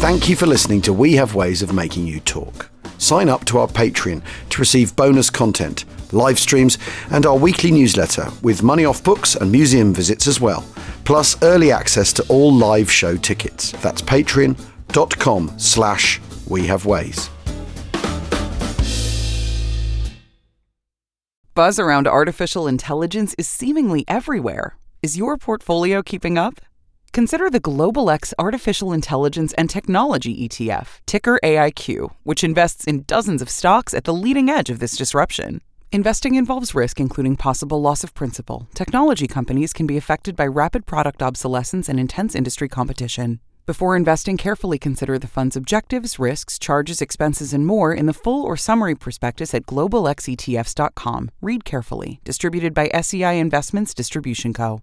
Thank you for listening to We Have Ways of Making You Talk. Sign up to our Patreon to receive bonus content, live streams, and our weekly newsletter with money off books and museum visits as well, plus early access to all live show tickets. That's patreon.com slash we have ways. Buzz around artificial intelligence is seemingly everywhere. Is your portfolio keeping up? Consider the Global X Artificial Intelligence and Technology ETF, ticker AIQ, which invests in dozens of stocks at the leading edge of this disruption. Investing involves risk, including possible loss of principal. Technology companies can be affected by rapid product obsolescence and intense industry competition. Before investing, carefully consider the fund's objectives, risks, charges, expenses, and more in the full or summary prospectus at E globalxetfs.com. Read carefully. Distributed by SEI Investments Distribution Co.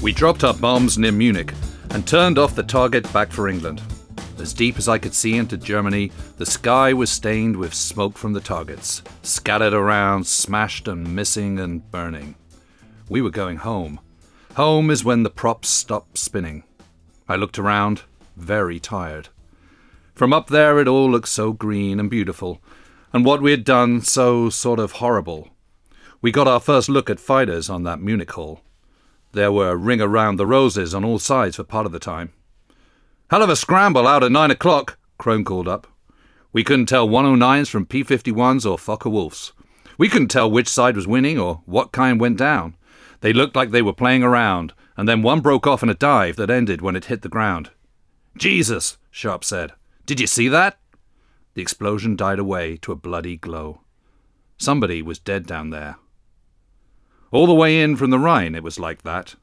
We dropped our bombs near Munich and turned off the target back for England. As deep as I could see into Germany, the sky was stained with smoke from the targets, scattered around, smashed and missing and burning. We were going home. Home is when the props stop spinning. I looked around, very tired. From up there, it all looked so green and beautiful, and what we had done so sort of horrible. We got our first look at fighters on that Munich hall. There were ring around the roses on all sides for part of the time. Hell of a scramble out at nine o'clock, Crone called up. We couldn't tell 109s from P51s or Fokker Wolves. We couldn't tell which side was winning or what kind went down. They looked like they were playing around, and then one broke off in a dive that ended when it hit the ground. Jesus, Sharp said. Did you see that? The explosion died away to a bloody glow. Somebody was dead down there. All the way in from the Rhine, it was like that.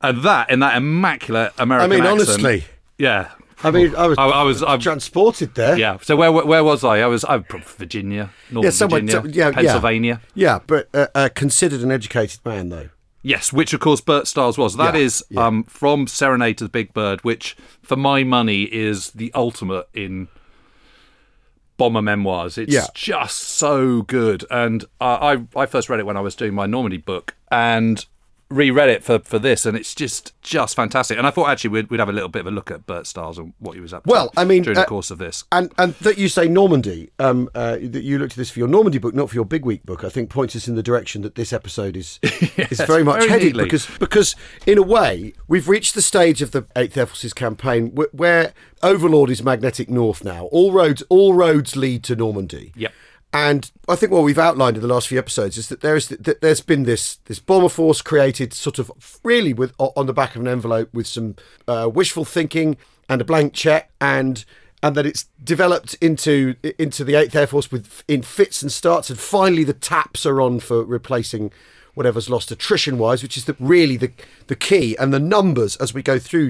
And that, in that immaculate I American mean, accent- honestly, Yeah. I mean, uh, I was, I, I was, I, transported there. yeah. So where, where was I? I was, I from Virginia, Northern yeah, somewhere, Virginia, so- yeah, yeah. Pennsylvania. Yeah, but uh, uh, considered an educated man though. Yes, which of course Bert Stiles was. That Yeah, is um, from Serenade to the Big Bird, which for my money is the ultimate in bomber memoirs. It's Yeah. just so good, and uh, I I first read it when I was doing my Normandy book and reread it for, for this, and it's just just fantastic. And I thought actually we'd, we'd have a little bit of a look at Bert Stiles and what he was up to. Well, I mean, during uh, the course of this, And and that you say Normandy, um, uh, that you looked at this for your Normandy book, not for your Big Week book, I think points us in the direction that this episode is is very much very headed neatly. because because in a way we've reached the stage of the Eighth Ephelsis campaign where, where Overlord is magnetic north now. All roads all roads lead to Normandy. Yep. And I think what we've outlined in the last few episodes is that there is that there's been this this bomber force created sort of really with o- on the back of an envelope with some uh, wishful thinking and a blank check and and that it's developed into into the Eighth Air Force with in fits and starts and finally the taps are on for replacing whatever's lost attrition wise, which is the, really the the key and the numbers as we go through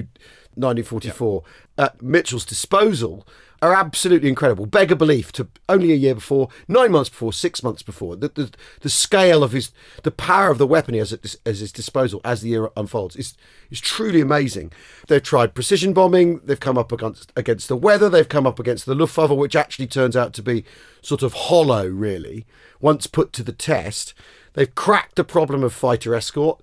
1944 at Mitchell's disposal are absolutely incredible. Beggar belief to only a year before, nine months before, six months before. The, the, the scale of his, the power of the weapon he has at dis, as his disposal as the year unfolds is, is truly amazing. They've tried precision bombing, they've come up against, against the weather, they've come up against the Luftwaffe, which actually turns out to be sort of hollow, really, once put to the test. They've cracked the problem of fighter escort,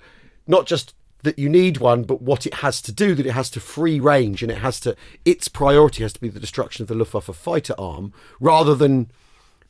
not just that you need one, but what it has to do, that it has to free range and it has to, its priority has to be the destruction of the Luftwaffe fighter arm rather than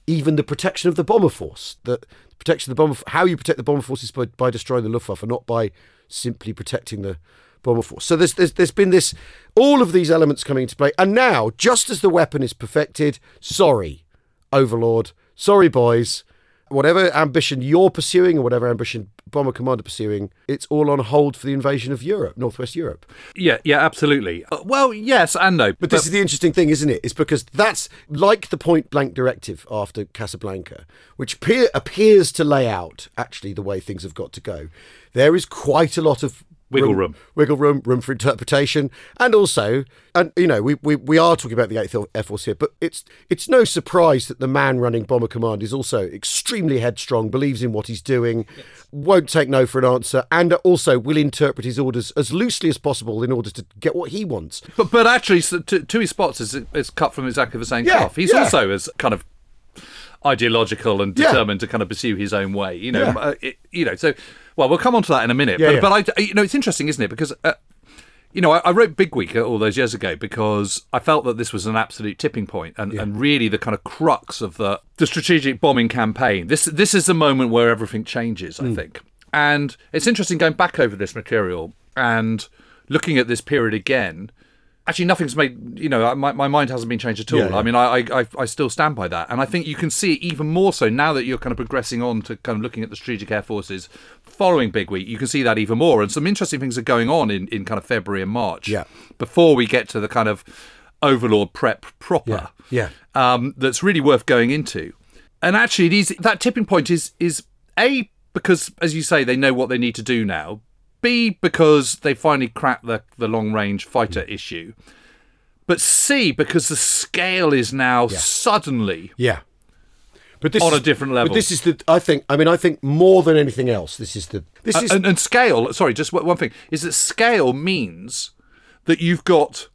even the protection of the bomber force. The protection of the bomber, how you protect the bomber force is by, by destroying the Luftwaffe, not by simply protecting the bomber force. So there's, there's there's been this, all of these elements coming into play, and now just as the weapon is perfected, sorry, Overlord, sorry boys, whatever ambition you're pursuing or whatever ambition Bomber Command are pursuing, it's all on hold for the invasion of Europe, Northwest Europe. Yeah, yeah, absolutely. Uh, well, yes and no. But this is the interesting thing, isn't it? It's because that's like the point blank directive after Casablanca, which pe- appears to lay out actually the way things have got to go. There is quite a lot of Wiggle room. wiggle room, room for interpretation, and also, and you know, we, we, we are talking about the Eighth Air Force here, but it's it's no surprise that the man running Bomber Command is also extremely headstrong, believes in what he's doing, won't take no for an answer, and also will interpret his orders as loosely as possible in order to get what he wants. But, but actually, s- to, to his spots is, is cut from exactly the same Yeah, cloth. He's yeah. also as kind of ideological and Yeah. determined to kind of pursue his own way. You know, Yeah. uh, it- you know. So, well, we'll come on to that in a minute. Yeah, but, yeah. but I, you know, it's interesting, isn't it? Because. Uh, you know, I, I wrote Big Week all those years ago because I felt that this was an absolute tipping point and, and really the kind of crux of the the strategic bombing campaign. This this is the moment where everything changes, I Hmm. think. And it's interesting going back over this material and looking at this period again. Actually, nothing's made. You know, my, my mind hasn't been changed at all. yeah. I mean, I, I I still stand by that, and I think you can see it even more so now that you're kind of progressing on to kind of looking at the strategic air forces following Big Week. You can see that even more, and some interesting things are going on in in kind of February and March. Yeah. Before we get to the kind of Overlord prep proper. Yeah. Um, that's really worth going into, and actually, these that tipping point is is a because as you say they know what they need to do now. B because they finally cracked the the long range fighter issue but C because the scale is now suddenly Yeah. But this On a is- different But level. this is the I think I mean I think more than anything else this is the this is Uh, and, and scale. Sorry, just one one thing is that scale means that you've got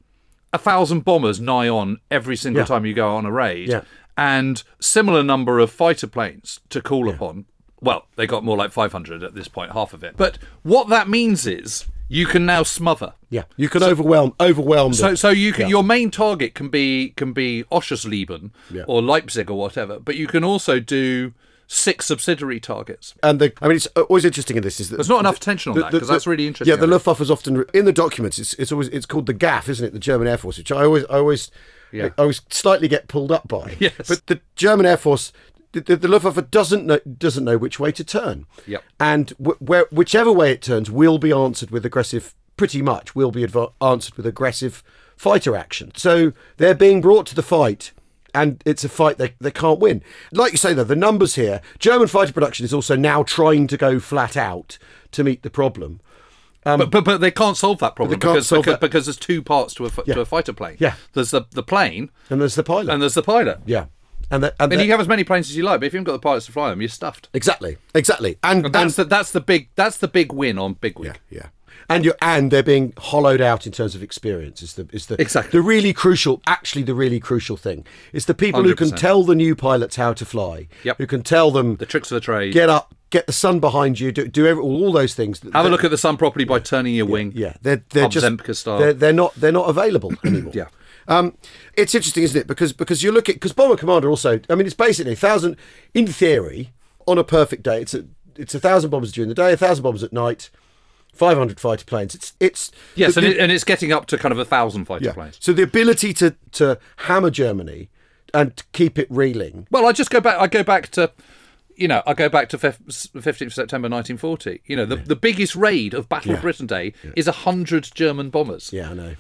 a thousand bombers nigh on every single Yeah. time you go on a raid, Yeah. and similar number of fighter planes to call upon. Well, they got more like five hundred at this point, half of it. But what that means is you can now smother. yeah you can overwhelm overwhelm So, them. so you can, your main target can be can be Oschersleben or Leipzig or whatever, but you can also do six subsidiary targets. and the I mean it's always interesting in this is that There's not enough attention on that, 'cause that's really interesting, Yeah, the I think. Luftwaffe is often re- in the documents. It's it's always it's called the GAF, isn't it? The German Air Force, which I always I always Yeah. I always slightly get pulled up by. Yes. but the German Air Force. The, the, the Luftwaffe doesn't know doesn't know which way to turn, Yep. and wh- where whichever way it turns will be answered with aggressive. Pretty much will be adva- answered with aggressive fighter action. So they're being brought to the fight and it's a fight they, they can't win. Like you say, though, the numbers here, German fighter production is also now trying to go flat out to meet the problem. but, but but they can't solve that problem they can't because solve because, that. because there's two parts to a f- to a fighter plane. Yeah. there's the the plane And there's the pilot. and there's the pilot. yeah. And, the, And and the- you can have as many planes as you like, but if you haven't got the pilots to fly them, you're stuffed. exactly, exactly. And And, and, that's the, that's the big that's the big win on Big Week. yeah, yeah. And you and they're being hollowed out in terms of experience. Is the is the Exactly. the really crucial, actually the really crucial thing. It's the people who can 100%. tell the new pilots how to fly. Yep. Who can tell them The tricks of the trade. get up, get the sun behind you, do, do every, all those things. that- have a that- look at the sun properly by turning your wing. Yeah, they're they're Obzempica just style. they're, they're not they're not available anymore. Yeah. um, it's interesting, isn't it? Because because you look at because bomber commander also. I mean, it's basically a thousand in theory on a perfect day. It's a it's a thousand bombers during the day, a thousand bombers at night, five hundred fighter planes. It's it's Yes, the- and, the- it, and it's getting up to kind of a thousand fighter yeah. planes. So the ability to to hammer Germany and to keep it reeling. Well, I just go back. I go back to, you know, I go back to fifteenth September nineteen forty. You know, the, the biggest raid of Battle of Britain Day is a hundred German bombers. Yeah, I know,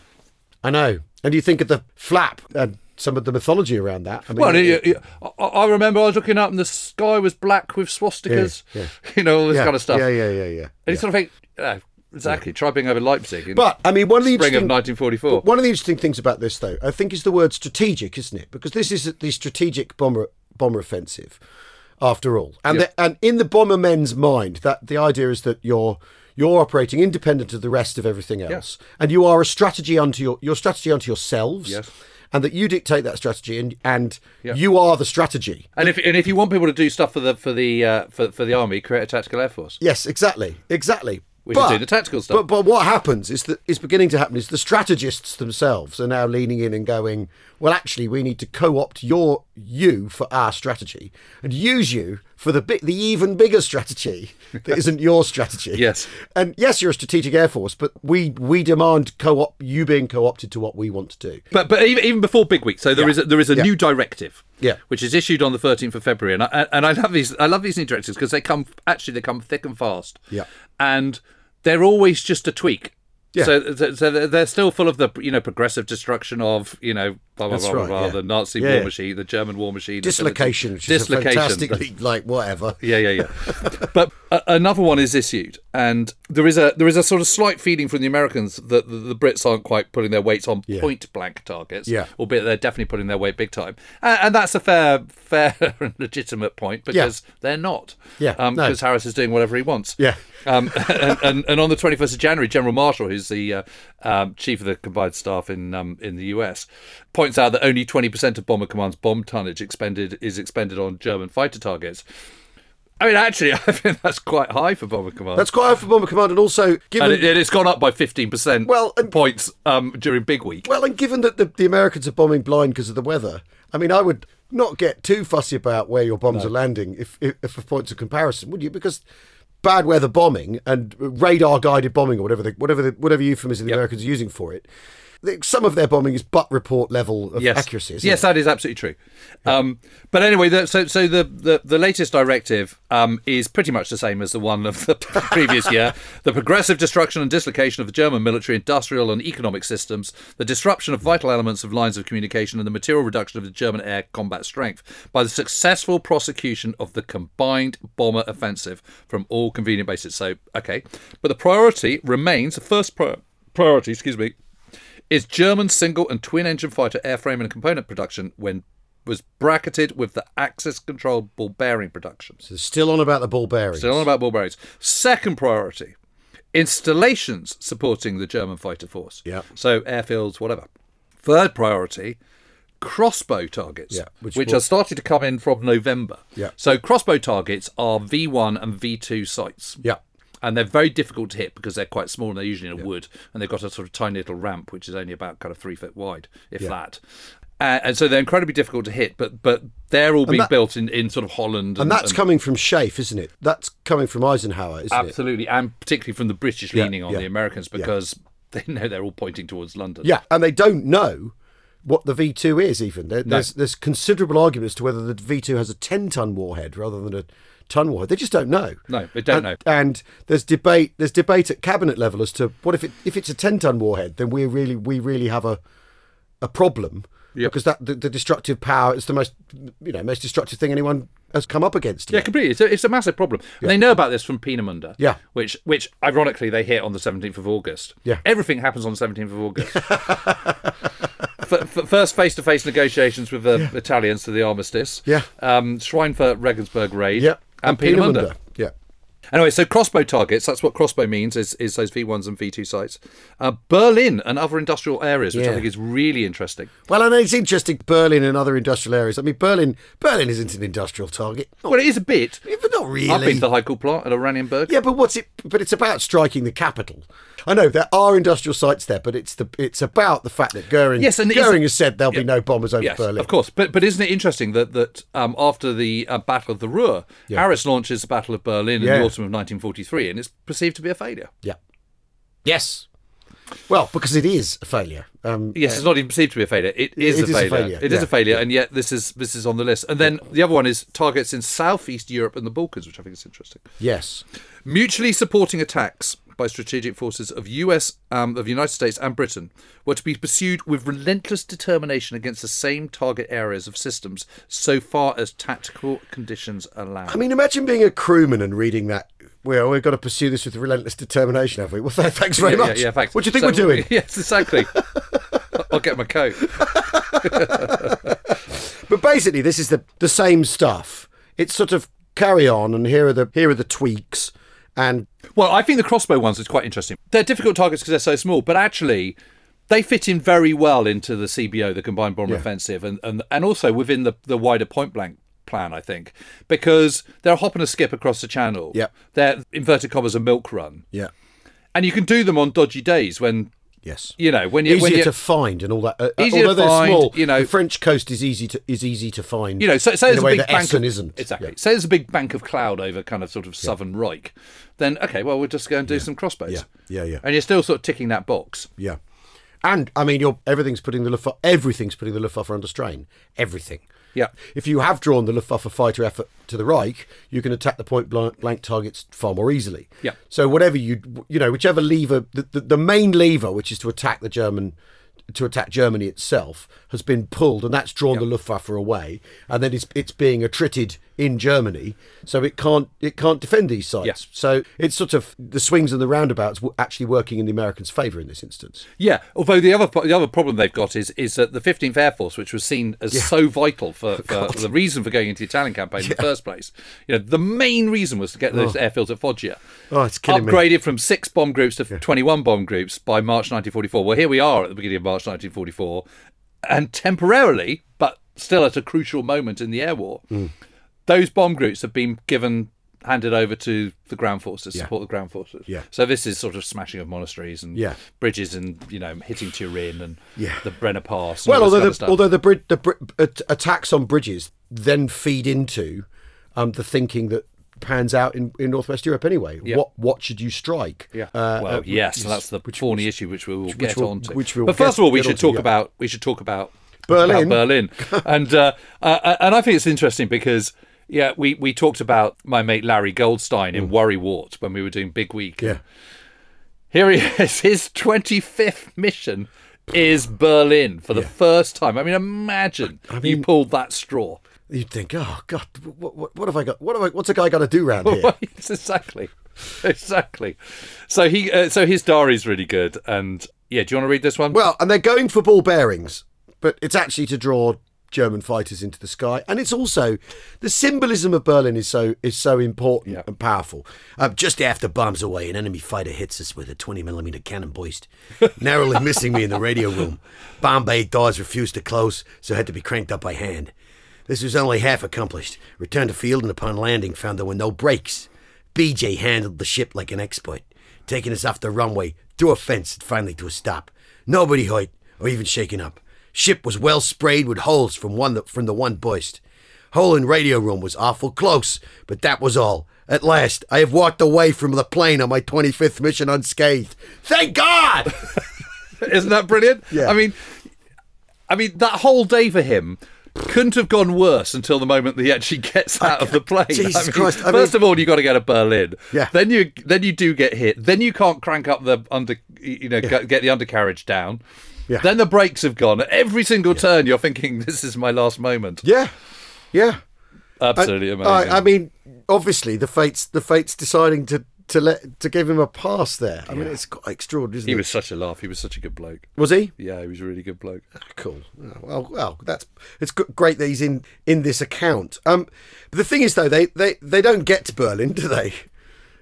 I know. And you think of the flap and some of the mythology around that. I mean, Well, it- you- you- I, I remember I was looking up and the sky was black with swastikas. Yeah, yeah. You know, all this yeah, kind of stuff. Yeah, yeah, yeah, yeah. And you sort of think, uh, exactly. Try being over Leipzig. In But I mean, one of spring the of interesting- nineteen forty four. But one of the interesting things about this, though, I think, is the word strategic, isn't it? Because this is the strategic bomber bomber offensive, after all. And the, and in the bomber men's mind, that the idea is that you're you're operating independent of the rest of everything else, and you are a strategy unto your your strategy unto yourselves. Yes. And that you dictate that strategy, and, and you are the strategy. And if and if you want people to do stuff for the for the uh, for for the army, create a tactical air force. Yes, exactly, exactly. We should do the tactical stuff. But, but what happens is that is beginning to happen is the strategists themselves are now leaning in and going, well, actually, we need to co-opt your you for our strategy and use you for the bit, the even bigger strategy that isn't your strategy. Yes. And yes, you're a strategic air force, but we we demand co-op you being co-opted to what we want to do. But but even, even before Big Week, so there is a, there is a new directive, Yeah. which is issued on the thirteenth of February, and I, and I love these I love these new directives because they come actually they come thick and fast, Yeah. and they're always just a tweak. Yeah. So, so so they're they're still full of the you know progressive destruction of you know blah blah That's blah blah right, blah yeah. the Nazi Yeah, war yeah. machine the German war machine the Dislocation, which is a Dislocation. fantastically like whatever. Yeah, yeah, yeah. but uh, another one is issued, and there is a there is a sort of slight feeling from the Americans that the, the Brits aren't quite putting their weight on point blank targets. Yeah. albeit they're definitely putting their weight big time, and, and that's a fair, fair and legitimate point because they're not. Yeah, no. because Harris is doing whatever he wants. Yeah. Um, and, and, and on the 21st of January, General Marshall, who's the uh, um, chief of the combined staff in um, in the US, points out that only 20% of Bomber Command's bomb tonnage expended is expended on German fighter targets. I mean, actually, I think that's quite high for Bomber Command. That's quite high for Bomber Command, and also given and it, and it's gone up by 15% Well, and- points um, during Big Week. Well, and given that the, the Americans are bombing blind because of the weather, I mean, I would not get too fussy about where your bombs are landing if, if, if for points of comparison, would you? Because bad weather bombing and radar guided bombing or whatever the, whatever the, whatever euphemism the Americans are using for it, the- some of their bombing is butt report level of yes. accuracy. Isn't yes, it? that is absolutely true. Um, but anyway, the, so so the, the the latest directive um, is pretty much the same as the one of the previous year: the progressive destruction and dislocation of the German military, industrial, and economic systems, the disruption of vital elements of lines of communication, and the material reduction of the German air combat strength by the successful prosecution of the combined bomber offensive from all convenient bases. So okay, but the priority remains the first pri- priority. Excuse me is German single and twin engine fighter airframe and component production when was bracketed with the Axis controlled ball bearing production. They're Still on about the ball bearings. Still on about ball bearings. Second priority installations supporting the German fighter force. Yeah. So airfields, whatever. Third priority crossbow targets, Yeah, which, which which will- are starting to come in from November. Yeah. So crossbow targets are V1 and V2 sites Yeah. and they're very difficult to hit because they're quite small and they're usually in a wood and they've got a sort of tiny little ramp which is only about kind of three foot wide if that uh, and so they're incredibly difficult to hit but but they're all being that- built in, in sort of holland and, And that's and- coming from Schaeff, isn't it? That's coming from Eisenhower, isn't it? absolutely and particularly from the british leaning on yeah, the americans because they know they're all pointing towards london Yeah, and they don't know what the V two is. Even there, there's there's considerable argument as to whether the V two has a ten ton warhead rather than a ton warhead. They just don't know. No, they don't and, know. And there's debate. There's debate at cabinet level as to what if it if it's a ten ton warhead, then we really we really have a a problem because that the, the destructive power is the most you know most destructive thing anyone has come up against. Yeah, completely. It's a, it's a massive problem. And they know about this from Peenemunda. Yeah. Which, which ironically, they hit on the 17th of August. Yeah. Everything happens on the 17th of August. F- f- first face to face negotiations with the Italians to the armistice. Yeah. Um, Schweinfurt Regensburg raid. yeah, And, Peenemunda. Yeah, Anyway, so crossbow targets, that's what crossbow means, is, is those V1s and V2 sites. Uh, Berlin and other industrial areas, which I Yeah. think is really interesting. well, and it's interesting. Berlin and other industrial areas. I mean, Berlin, Berlin isn't an industrial target. Not Well, it is a bit. Yeah, But not really. I've been to the Haiku plant at Oranienburg. yeah, but what's it? But it's about striking the capital. I know there are industrial sites there, but it's the it's about the fact that Goering Yes, and is Goering it- has said there'll be no bombers over Yes, Berlin. of course. But but isn't it interesting that that um, after the uh, Battle of the Ruhr, Harris launches the Battle of Berlin in Yeah. the autumn of 1943, and it's perceived to be a failure. Yeah. Yes. Well, because it is a failure. Um, Yes, it's not even perceived to be a failure. It is, it a, failure. It is yeah. a failure, and yet this is this is on the list. And then the other one is targets in Southeast Europe and the Balkans, which I think is interesting. yes. Mutually supporting attacks by strategic forces of U.S. Um, of the United States and Britain were to be pursued with relentless determination against the same target areas of systems, so far as tactical conditions allow. I mean, imagine being a crewman and reading that. Well, we've got to pursue this with relentless determination, have we? Well, th- thanks very yeah, much. Yeah, yeah, thanks. What do you think So- we're doing? Yes, exactly. I'll get my coat. But basically, this is the the same stuff. It's sort of carry on, and here are the here are the tweaks, and Well, I think the crossbow ones is quite interesting. They're difficult targets because they're so small, but actually, they fit in very well into the CBO, the Combined Bomber Offensive, and, and and also within the the wider point blank plan, I think, because they're a hop and a skip across the channel. Yeah. They're inverted commas a milk run, yeah, and you can do them on dodgy days when. Yes. You know, when you Easier when you, to find and all that. Uh, Easier although to they're find, small, you know. the French coast is easy to is easy to find. you know, say, say in there's a a way big that bank Essen of, isn't Exactly. Yeah. Say there's a big bank of cloud over kind of sort of Southern Reich, then okay, well we're just going to do some crossbows. Yeah. Yeah, yeah. And you're still sort of ticking that box. Yeah, and I mean, you're everything's putting the Luftwaffe, everything's putting the Luftwaffe under strain. Everything. Yeah. If you have drawn the Luftwaffe fighter effort to the Reich, you can attack the point blank, blank targets far more easily. Yeah. So whatever you you know, whichever lever, the, the, the main lever, which is to attack the German. To attack Germany itself has been pulled, and that's drawn the Luftwaffe away, and then it's it's being attrited in Germany, so it can't it can't defend these sites. Yeah. So it's sort of the swings and the roundabouts w- actually working in the Americans' favour in this instance. Yeah. Although the other the other problem they've got is is that the 15th Air Force, which was seen as so vital for, for the reason for going into the Italian campaign in the first place, you know, the main reason was to get those airfields at Foggia. Oh, it's killing me. upgraded from six bomb groups to 21 bomb groups by March 1944. Well, here we are at the beginning of March 1944, and temporarily, but still at a crucial moment in the air war, Hmm. those bomb groups have been given handed over to the ground forces support the ground forces Yeah. so this is sort of smashing of monasteries and Yeah. bridges and you know hitting turin and Yeah. the brenner pass and Well, all this although kind of the, stuff. although the, brid the bri- at- attacks on bridges then feed into um, the thinking that pans out in, in northwest Europe anyway. What what should you strike? Yeah. Uh, well, uh, yes, and that's the thorny issue which we will get we'll- on to. which we'll but first get- of all, we get should onto, talk yeah. about we should talk about Berlin. about Berlin, and uh, uh, and I think it's interesting because. Yeah, we, we talked about my mate Larry Goldstein in Worry Wart when we were doing Big Week. Mm. Yeah. Here he is. His 25th mission is Berlin for the first time. I mean, imagine you pulled that straw. You'd think, oh God, what, what, what have I got? What have I, what's a guy got to do round here? Yes, exactly, exactly. So he, uh, so his diary's really good, and yeah. Do you want to read this one? Well, and they're going for ball bearings, but it's actually to draw German fighters into the sky, and it's also the symbolism of Berlin is so is so important and powerful. Um, just after bombs away, an enemy fighter hits us with a twenty millimeter cannon boist, narrowly missing me in the radio room. Bomb bay doors refused to close, so had to be cranked up by hand. This was only half accomplished. Returned to field, and upon landing, found there were no brakes. BJ handled the ship like an expert, taking us off the runway, through a fence, and finally to a stop. Nobody hurt or even shaken up. Ship was well sprayed with holes from one from the one burst. Hole in radio room was awful close, but that was all. At last, I have walked away from the plane on my 25th mission unscathed. Thank God! Isn't that brilliant? Yeah. I mean, I mean that whole day for him couldn't have gone worse until the moment that he actually gets out of the plane. Jesus I mean, Christ, I first of mean- all, you got to go to Berlin. Yeah. Then you then you do get hit. Then you can't crank up the under you know get- get the undercarriage down. Yeah. Then the brakes have gone. At Every single turn, you're thinking, "This is my last moment." yeah, yeah. Absolutely amazing. I, I mean, obviously, the fates the fates deciding to to let to give him a pass there. I mean, it's quite extraordinary. Isn't he it? was such a laugh. He was such a good bloke. was he? Yeah, he was a really good bloke. Cool. Oh, Well, well, that's it's g- great that he's in in this account. Um, but the thing is, though, they they they don't get to Berlin, do they?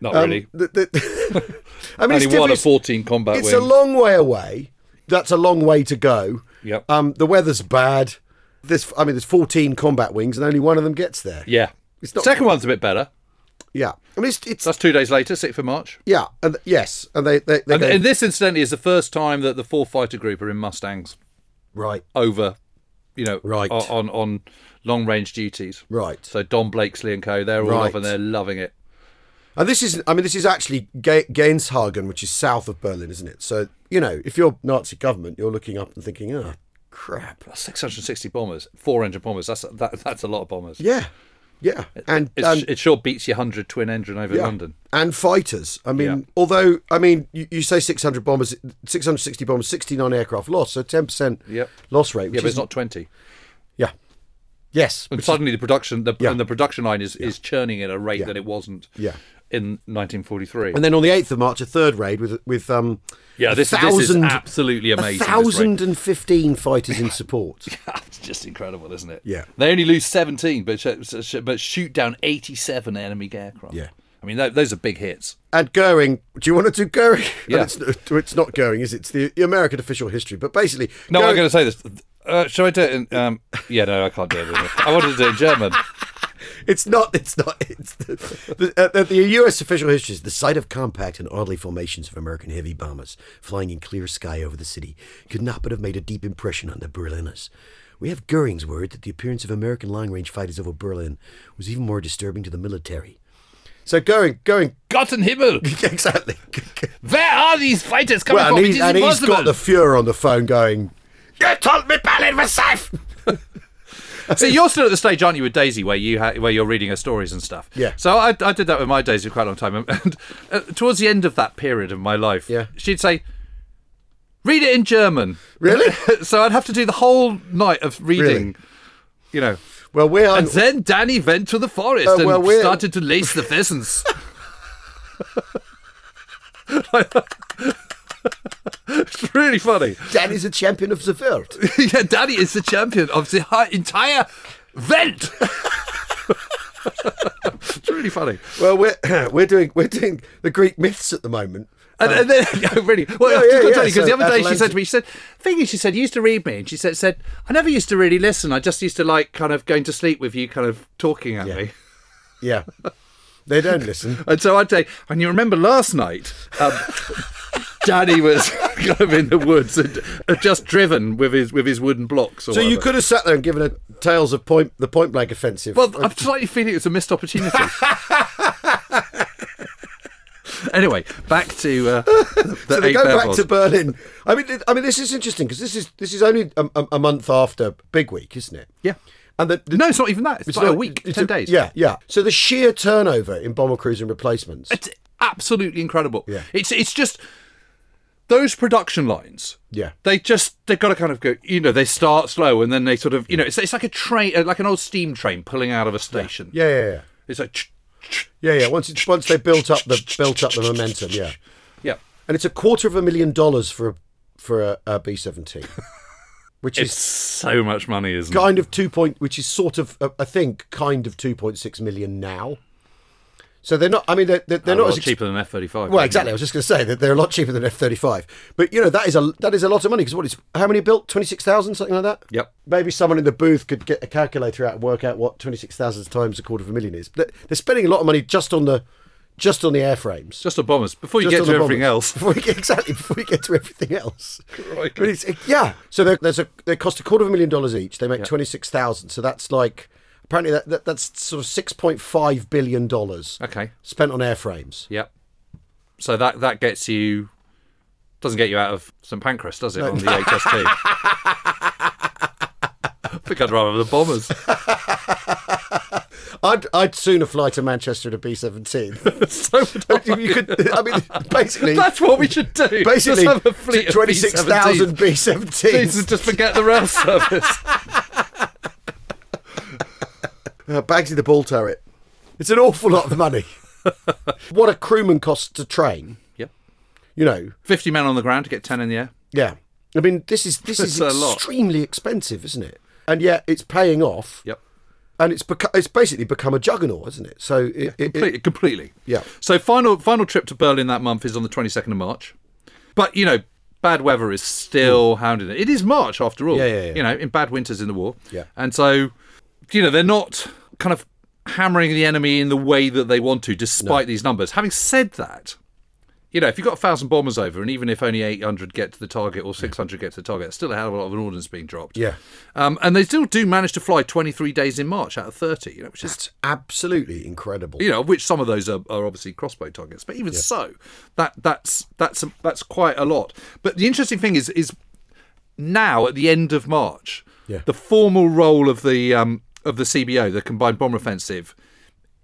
Not Um, really. the- the- I mean, Only it's one of different. 14 combat It's wins. a long way away. That's a long way to go. Yep. Um, the weather's bad. There's, I mean, there's 14 combat wings, and only one of them gets there. yeah. It's not- Second one's a bit better. Yeah. I mean, it's, it's That's two days later, 6th of March. yeah, and yes, and they they, they And, go, and this, incidentally, is the first time that the four fighter group are in Mustangs right, over, you know, Right. o- on on long range duties. right. So Don Blakesley and co, they're all Right. off and they're loving it. And this is, I mean, this is actually Ge- Gainshagen, which is south of Berlin, isn't it? So, you know, if you're Nazi government, you're looking up and thinking, oh, crap. That's 660 bombers, 400 bombers. That's that, that's a lot of bombers. Yeah. Yeah. And, It's, and, it sure beats your 100 twin engine over yeah. London. and fighters. I mean, Yeah. although, I mean, you, you say 600 bombers, 660 bombers, 69 aircraft lost, so 10% Yep. loss rate. Which Yeah, but it's isn't- not 20. Yeah. Yes. And suddenly the production the, Yeah. and the production line is, is churning at a rate that it wasn't Yeah. in 1943. And then on the 8th of March, a third raid with, with um, yeah, a this, this is thousand- absolutely amazing. A this rate. thousand and fifteen fighters in support. it's just incredible, isn't it? Yeah. They only lose 17, but sh- sh- but shoot down 87 enemy aircraft. Yeah. I mean, tho- those are big hits. and Goering, do you want to do Goering? Yeah. And it's, it's not Goering, is it? It's the American official history. But basically, No, I'm Goering- going to say this. Uh, shall I do it in? Um, yeah, no, I can't do it. In, I wanted to do it in German. It's not. It's not. It's the, the, uh, the U.S. official history is the site of compact and oddly formations of American heavy bombers flying in clear sky over the city could not but have made a deep impression on the Berliners. We have Goering's word that the appearance of American long-range fighters over Berlin was even more disturbing to the military. So Goering, Goering, Gotten Himmel! exactly. Where are these fighters coming well, from? and, it he, is and he's impossible. got the Fuhrer on the phone going, you told me Berlin was safe. See, you're still at the stage, aren't you, with Daisy, where you ha- where you're reading her stories and stuff. Yeah. So I, I did that with my Daisy for quite a long time, and, and uh, towards the end of that period of my life, Yeah. she'd say, "Read it in German." Really? so I'd have to do the whole night of reading. You know, "Well, we're on, and then Danny went to the forest Um, Uh, well, and we're- started to lace the pheasants. it's really funny. Danny's a champion of the world." yeah, Danny is the champion of the hi- entire vent. it's really funny. Well, we're we're doing we're doing the Greek myths at the moment. And, and then, yeah, really, well, Um, Yeah, I've just yeah, got to tell yeah, you, because so the other day she Atalanta- said to me, she said, thing is, she said, you used to read me. And she said, said, I never used to really listen. I just used to like kind of going to sleep with you kind of talking at me. Yeah, they don't listen. And so I'd say, and you remember last night, um, Danny was kind of in the woods and uh, just driven with his with his wooden blocks. Or So you whatever. could have sat there and given her tales of point the point blank offensive. Well, I'm slightly feeling it's a missed opportunity. anyway, back to uh, the so they eight go back levels. to Berlin. I mean, th- I mean, this is interesting because this is this is only a, a, a month after Big Week, isn't it? Yeah. and the, the- No, it's not even that. It's, like not- a week, it's ten a- days. Yeah, yeah. So the sheer turnover in bomber crews and replacements. it's absolutely incredible. Yeah. It's it's just those production lines. Yeah. They just they've got to kind of go. You know, they start slow and then they sort of you know it's it's like a train, uh, like an old steam train pulling out of a station. yeah, yeah, yeah, It's like. ch- ch- yeah, yeah. Once it's, once they built up the built up the momentum. Yeah, Yeah. and it's a quarter of a million dollars for a for a, a B seventeen, which It's is so much money, isn't it? kind of two point, which is sort of uh, I think kind of two point six million now. So they're not. I mean, they're they're, they're A not lot as ex- Oh, cheaper than F thirty five. Well, exactly. I was just going to say that they're a lot cheaper than F thirty five, but you know that is a that is a lot of money because what is how many built twenty six thousand something like that. Yep. Maybe someone in the booth could get a calculator out and work out what twenty six thousand times a quarter of a million is. But they're spending a lot of money just on the just on the airframes. Just on bombers. Before you Just get on to the everything else. bombers. Before we get, exactly, before we get to everything else. But it's, it- yeah. So they're- there's a they cost a quarter of a million dollars each. They make twenty six thousand. So that's like apparently that, that that's sort of six point five billion dollars Okay. spent on airframes. Yep. So that that gets you doesn't get you out of St Pancras, does it? On the HST. I think I'd rather have the bombers. I'd I'd sooner fly to Manchester to B seventeen. so would I. you could. I mean, basically. That's what we should do. Basically, just have a fleet of twenty six thousand B seventeens. Jesus, just forget the rail service. Uh, Bagsy the ball turret. It's an awful lot of money. what a crewman costs to train. yep. You know, Fifty men on the ground to get ten in the air. Yeah. I mean, this is this is It's a lot. extremely expensive, isn't it? And yet it's paying off. Yep. And it's beco- it's basically become a juggernaut, isn't it? So it, it, it- Completely, completely. Yeah. So final final trip to Berlin that month is on the 22nd of March. But you know, bad weather is still hounding it. It is March after all. Mm. Yeah, yeah, yeah. You know, in bad winters in the war. Yeah. And so, you know, they're not kind of hammering the enemy in the way that they want to, despite these numbers. Having said that, you know, if you've got a thousand bombers over, and even if only 800 get to the target or 600 get to the target, it's still a hell of a lot of an ordnance being dropped. Mm. yeah, Um, and they still do manage to fly 23 days in March out of 30, you know, which is it's absolutely incredible. you know, of which some of those are, are obviously crossbow targets. But even so, that that's that's that's quite a lot. But the interesting thing is is now at the end of March, Yeah. the formal role of the um, of the CBO, the Combined Bomber Offensive,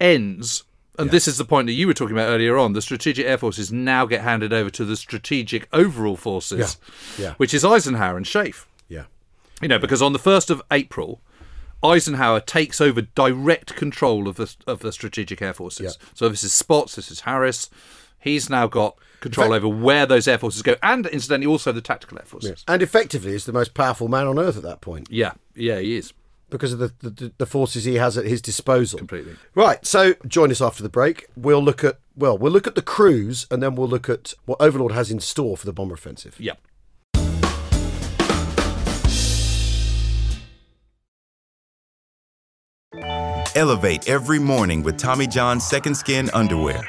ends. And this is the point that you were talking about earlier on. The strategic air forces now get handed over to the strategic overall forces, Yeah. Yeah. which is Eisenhower and Schaeff. Yeah. You know, because on the first of April, Eisenhower takes over direct control of the of the strategic air forces. So this is Spots, this is Harris. He's now got control over where those air forces go, and incidentally, also the tactical air forces. And effectively, is the most powerful man on earth at that point Yeah, yeah, he is. because of the, the the forces he has at his disposal. Completely. Right. So join us after the break. We'll look at well, we'll look at the cruise, and then we'll look at what Overlord has in store for the bomber offensive. Yeah. Elevate every morning with Tommy John's Second Skin Underwear.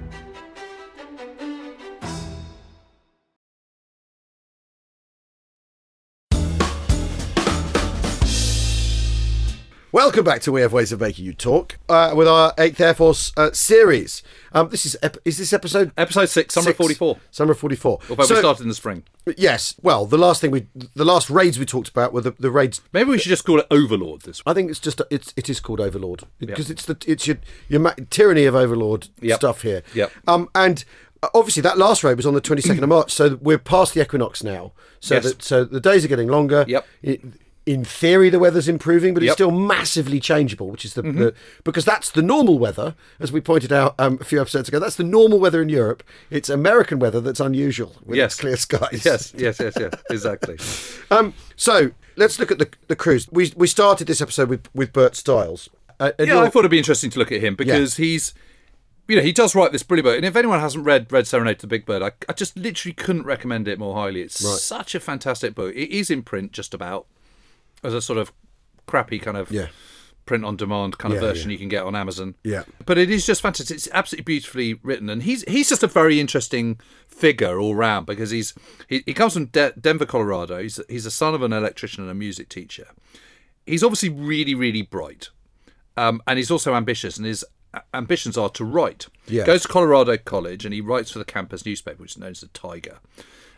Welcome back to We Have Ways of Making You Talk uh, with our Eighth Air Force uh, series. Um, this is ep- is this episode Episode six, summer of 44. Summer of forty four. Although we started in the spring. yes, well, the last thing we the last raids we talked about were the, the raids. Maybe we should just call it Overlord this I think it's just it's it is called Overlord because it's the it's your your ma- tyranny of Overlord Yep. stuff here. Yep. Um, and uh, obviously that last raid was on the twenty second of March, so we're past the equinox now. So Yes. that so the days are getting longer. Yep. It- in theory, the weather's improving, but it's Yep. Mm-hmm. still massively changeable, which is the, the because that's the normal weather, as we pointed out um, a few episodes ago. That's the normal weather in Europe. It's American weather that's unusual with Yes. its clear skies. Yes, yes, yes, yes. Exactly. Um, so let's look at the, the cruise. We, we started this episode with, with Bert Stiles. Uh, and yeah, you're- I thought it'd be interesting to look at him because he's, you know, he does write this brilliant book. And if anyone hasn't read Red Serenade to the Big Bird, I, I just literally couldn't recommend it more highly. It's such a fantastic book. It is in print, just about as a sort of crappy kind of Yeah. print on demand kind of Yeah, version you can get on Amazon. Yeah. But it is just fantastic. It's absolutely beautifully written, and he's he's just a very interesting figure all round because he's he, he comes from De- Denver, Colorado. He's he's the son of an electrician and a music teacher. He's obviously really really bright, um, and he's also ambitious, and his a- ambitions are to write. Yeah. Goes to Colorado College, and he writes for the campus newspaper, which is known as the Tiger.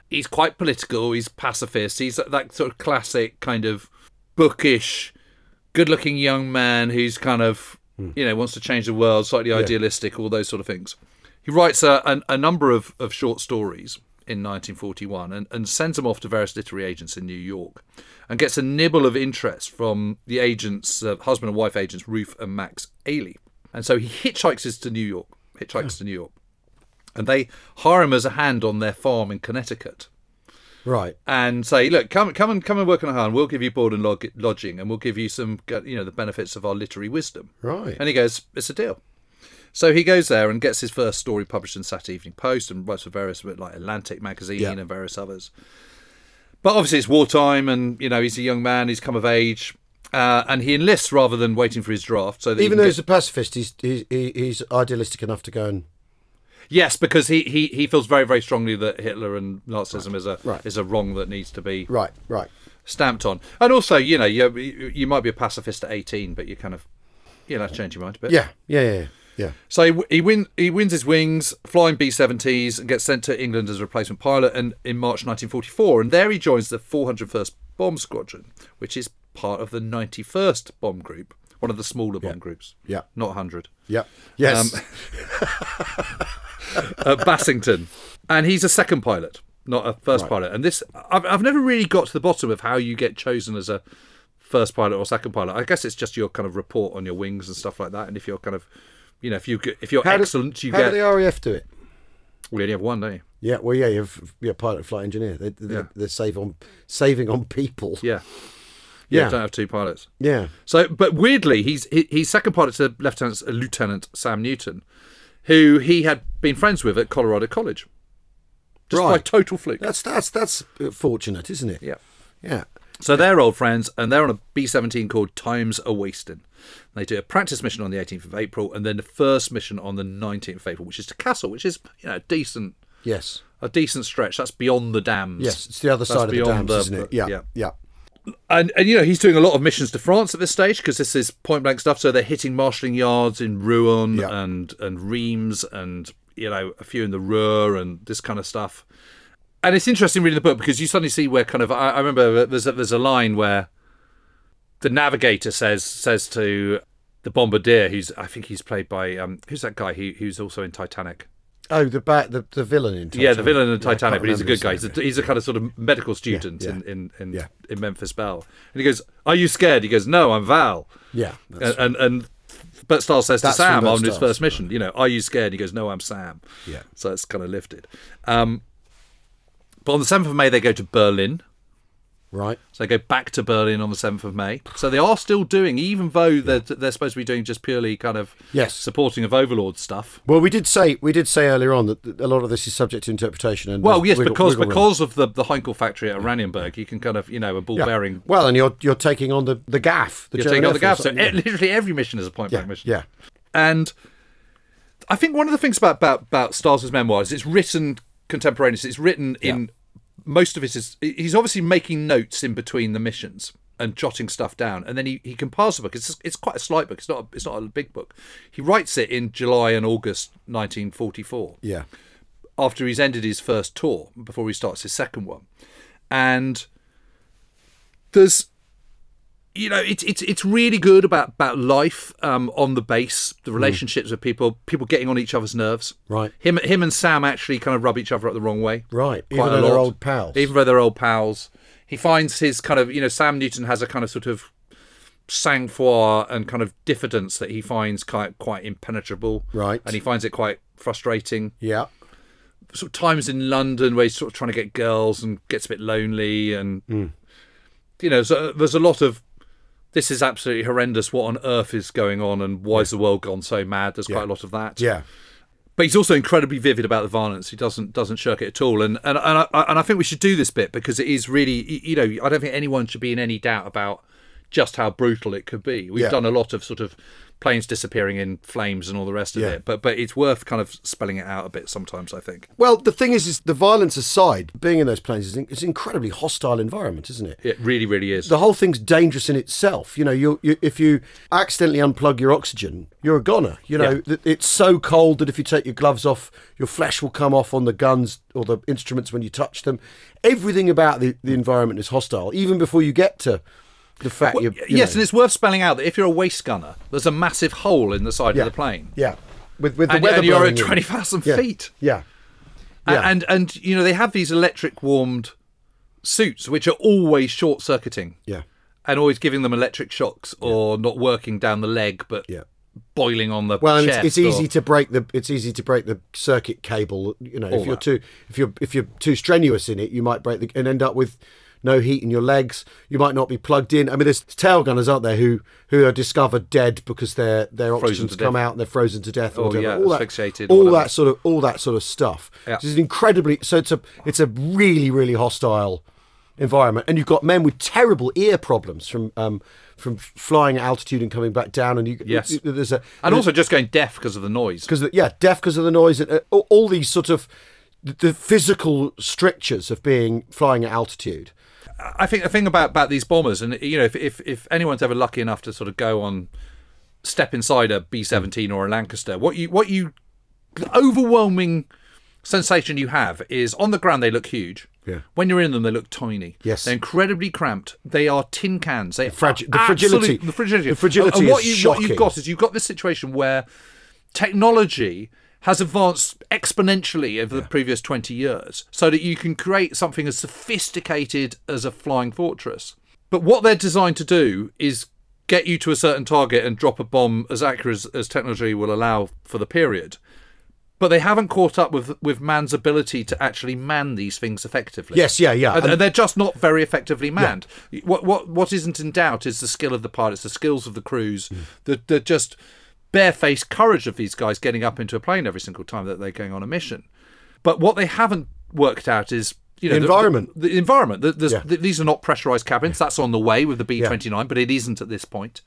He's quite political. He's pacifist. He's that- that sort of classic kind of bookish good looking young man who's kind of you know wants to change the world slightly idealistic all those sort of things he writes a, a, a number of, of short stories in 1941 and, and sends them off to various literary agents in new york and gets a nibble of interest from the agents uh, husband and wife agents ruth and max ailey and so he hitchhikes us to new york hitchhikes to new york and they hire him as a hand on their farm in connecticut right. and say, look, come, come and come and work on our hand. We'll give you board and log- lodging, and we'll give you some, uh, you know, the benefits of our literary wisdom. Right. And he goes, it's a deal. So he goes there and gets his first story published in Saturday Evening Post and writes for various like Atlantic magazine Yeah. and various others. But obviously, it's wartime, and you know he's a young man. He's come of age, uh, and he enlists rather than waiting for his draft. So that he can Even though get- he's a pacifist, he's, he's he- he's idealistic enough to go and Yes, because he, he, he feels very very strongly that Hitler and Nazism is a is a wrong that needs to be Right, right. stamped on. And also, you know, you you might be a pacifist at eighteen, but you kind of you know change your mind a bit. Yeah, yeah, yeah, yeah. yeah. So he, he win he wins his wings, flying B-70s, and gets sent to England as a replacement pilot. And in March 1944, and there he joins the 401st Bomb Squadron, which is part of the 91st Bomb Group, one of the smaller bomb groups. Yeah. not 100. Yep. Um, Yes. at Bassington, and he's a second pilot, not a first pilot. And this, I've, I've never really got to the bottom of how you get chosen as a first pilot or second pilot. I guess it's just your kind of report on your wings and stuff like that. And if you're kind of, you know, if you g- if you're How do- excellent, you how get. do the RAF do it? we only have one, don't you? Yeah, well, yeah, you're you're a pilot, flight engineer. They, they, Yeah. they save on saving on people. Yeah. Yeah. You don't have two pilots. yeah, So, but weirdly, he's he, he's second pilot to Lieutenant Lieutenant Sam Newton, who he had been friends with at Colorado College, just by Right. total fluke. that's that's that's uh, fortunate, isn't it? yeah. yeah. So they're old friends, and they're on a B 17 called Times a Wasting. They do a practice mission on the 18th of April, and then the first mission on the 19th of April, which is to Castle, which is you know a decent, Yes, a decent stretch. That's beyond the dams. yes, it's the other That's side of the beyond dams, isn't it? Yeah, yeah, yeah. And and you know he's doing a lot of missions to France at this stage because this is point blank stuff. So they're hitting marshalling yards in Rouen Yeah. and and Reims, and you know a few in the Ruhr and this kind of stuff. And it's interesting reading the book because you suddenly see where kind of I, I remember there's a, there's a line where the navigator says says to the bombardier, who's I think he's played by um, who's that guy who, who's also in Titanic. Oh, the bat, the, the villain in Titanic. Yeah, the villain in Yeah, I can't Titanic, but he's a remember good guy. his He's name. a, he's a kind of sort of medical student yeah. in in in, Yeah. in Memphis Belle, and he goes, "Are you scared?" He goes, "No, I'm Val." Yeah, and, that's- and and Bert Stiles says That's to from Sam Bert on his Stiles, first mission, "You know, are you scared?" He goes, "No, I'm Sam." Yeah. so it's kind of lifted. Um, but on the seventh of May, they go to Berlin. right. So they go back to Berlin on the 7th of May. So they are still doing, even though they're, they're supposed to be doing just purely kind of Yes. supporting of Overlord stuff. Well, we did say we did say earlier on that a lot of this is subject to interpretation. And Well, there's yes, wiggle- because wiggle room. because of the the Heinkel factory at Oranienburg, you can kind of you know a ball Yeah. bearing. Well, and you're you're taking on the the gaff. The You're taking out the gaff. gaps. So e- literally every mission is a point yeah, blank mission. yeah, And I think one of the things about about, about Stiles' memoirs, it's written contemporaneous. It's written in most of it is he's obviously making notes in between the missions and jotting stuff down, and then he, he compiles the book. It's it's quite a slight book. It's not a, it's not a big book. He writes it in July and August 1944 yeah. after he's ended his first tour before he starts his second one and there's you know it's it's it's really good about about life um on the base the relationships with people people getting on each other's nerves Hmm. Right. him him and sam actually kind of rub each other up the wrong way Right, quite even a though they're lot. old pals. even though they're old pals he finds his kind of you know sam newton has a kind of sort of sang froid and kind of diffidence that he finds quite quite impenetrable Right. and he finds it quite frustrating Yeah, sort of times in London where he's sort of trying to get girls and gets a bit lonely, and Mm. you know, so uh, there's a lot of this is absolutely horrendous. What on earth is going on, and why's the world gone so mad? There's quite a lot of that. yeah, but he's also incredibly vivid about the violence. He doesn't doesn't shirk it at all, and and and I, and I think we should do this bit because it is really, y- you know, I don't think anyone should be in any doubt about just how brutal it could be. We've Yeah. done a lot of sort of planes disappearing in flames and all the rest of Yeah. it, but but it's worth kind of spelling it out a bit sometimes. I think. Well, the thing is, is the violence aside, being in those planes is in, it's an incredibly hostile environment, isn't it? It really, really is. The whole thing's dangerous in itself. You know, you, you if you accidentally unplug your oxygen, you're a goner. You know, Yeah. th- it's so cold that if you take your gloves off, your flesh will come off on the guns or the instruments when you touch them. Everything about the, the environment is hostile, even before you get to the fact you're. You yes, know, and it's worth spelling out that if you're a waste gunner, there's a massive hole in the side yeah, of the plane. Yeah, with with the And, weather and you're blowing at in. 20,000 yeah. feet. Yeah, A- Yeah. And, and, you know, they have these electric warmed suits, which are always short circuiting yeah, and always giving them electric shocks or not working down the leg, but yeah. boiling on the Well, and chest. it's, it's easy or- to break the it's easy to break the circuit cable. You know, if you're that. too if you're if you're too strenuous in it, you might break the, and end up with no heat in your legs. You might not be plugged in. I mean, there's tail gunners, aren't there, who who are discovered dead because their their Frozen to oxygen's come death. out and they're frozen to death. Or Oh, whatever. yeah, all that, asphyxiated or all whatever. that sort of all that sort of stuff. Yeah. It's incredibly so. It's a it's a really really hostile environment, and you've got men with terrible ear problems from um, from flying at altitude and coming back down, and you Yes. you- there's a And also just going deaf because of the noise. because yeah, deaf because of the noise, and uh, all all these sort of the- the physical strictures of being flying at altitude. I think the thing about, about these bombers, and you know, if, if if anyone's ever lucky enough to sort of go on, step inside a B seventeen or a Lancaster, what you what you the overwhelming sensation you have is on the ground they look huge. Yeah. When you're in them, they look tiny. Yes. They're incredibly cramped. They are tin cans. They fragi- the are absolute- fragility- The fragility. the fragility And, and what is you what you've shocking. got is you've got this situation where technology has advanced exponentially over the previous 20 years so that you can create something as sophisticated as a flying fortress. But what they're designed to do is get you to a certain target and drop a bomb as accurate as, as technology will allow for the period. But they haven't caught up with, with man's ability to actually man these things effectively. Yes, yeah, yeah. And, And- and they're just not very effectively manned. What what what isn't in doubt is the skill of the pilots, the skills of the crews, Mm. the the just barefaced courage of these guys getting up into a plane every single time that they're going on a mission. But what they haven't worked out is you know The environment. The, the environment. The, there's- Yeah. th- these are not pressurized cabins. That's on the way with the B twenty nine, but it isn't at this point.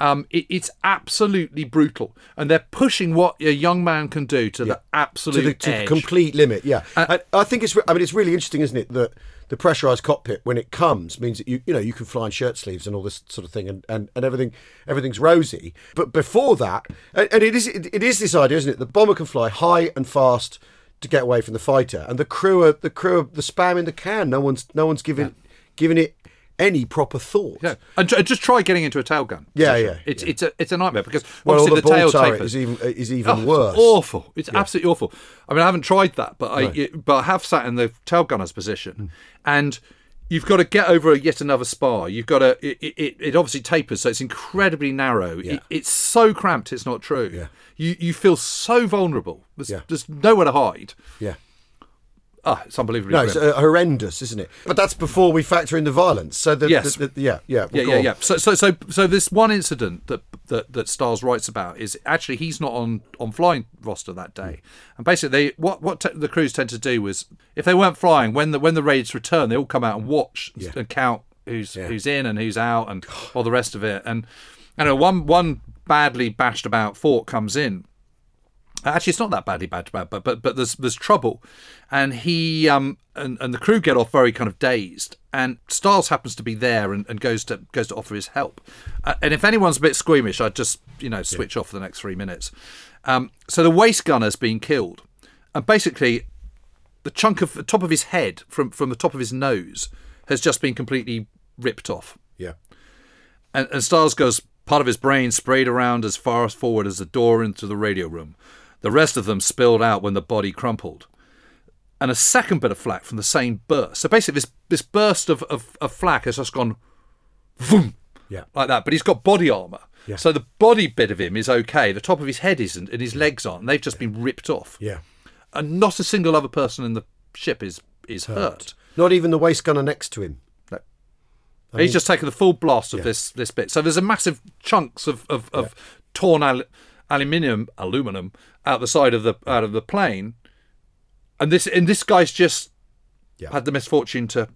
Um, it, it's absolutely brutal, and they're pushing what a young man can do to the absolute to the, to the edge. Uh, complete limit. Yeah, And I think it's. re- I mean, it's really interesting, isn't it, that the pressurized cockpit when it comes means that you you know you can fly in shirt sleeves and all this sort of thing and, and, and everything everything's rosy. But before that, and, and it is it, it is this idea, isn't it? The bomber can fly high and fast to get away from the fighter, and the crew are the crew are the spam in the can. No one's no one's giving giving it any proper thought. Yeah, and, ju- and just try getting into a tail gun. Yeah, position. yeah, It's yeah. it's a it's a nightmare because Well, obviously the, ball tail turret taper is even uh, is Oh, even it's worse. awful. It's absolutely awful. I mean, I haven't tried that, but I it- but I have sat in the tail gunner's position, and you've got to get over yet another spar. You've got to. It, it, it obviously tapers, so it's incredibly narrow. It, it's so cramped. It's not true. Yeah. You you feel so vulnerable. There's, Yeah. there's nowhere to hide. Yeah. Ah, it's unbelievably. No, grim. it's uh, horrendous, isn't it? But that's before we factor in the violence. So the, Yes. the, the- yeah, yeah, well, yeah, go yeah, on. yeah. So, so, so, so this one incident that that that Stars writes about is actually he's not on on flying roster that day, Hmm. and basically they what what te- the crews tend to do was if they weren't flying when the when the raids return they all come out Hmm. and watch and- and count who's who's in and who's out and all the rest of it and I know one one badly bashed about fort comes in Actually, it's not that badly bad, bad but but but there's there's trouble, and he um and, and the crew get off very kind of dazed, and Styles happens to be there and, and goes to goes to offer his help, uh, and if anyone's a bit squeamish, I'd just you know switch off for the next three minutes. Um, so the waist gunner's been killed, and basically the chunk of the top of his head from from the top of his nose has just been completely ripped off yeah. and, and Stiles goes, part of his brain sprayed around as far forward as the door into the radio room. The rest of them spilled out when the body crumpled. And a second bit of flak from the same burst. So basically, this, this burst of, of, of flak has just gone vroom, Yeah. like that. But he's got body armour. Yeah. So the body bit of him is okay. The top of his head isn't, and his legs aren't. They've just been ripped off. Yeah. And not a single other person in the ship is, is hurt. Not even the waist gunner next to him. He's just taken the full blast of this this bit. So there's a massive chunks of of, of torn al- aluminium aluminum out the side of the out of the plane, and this and this guy's just Yeah. had the misfortune to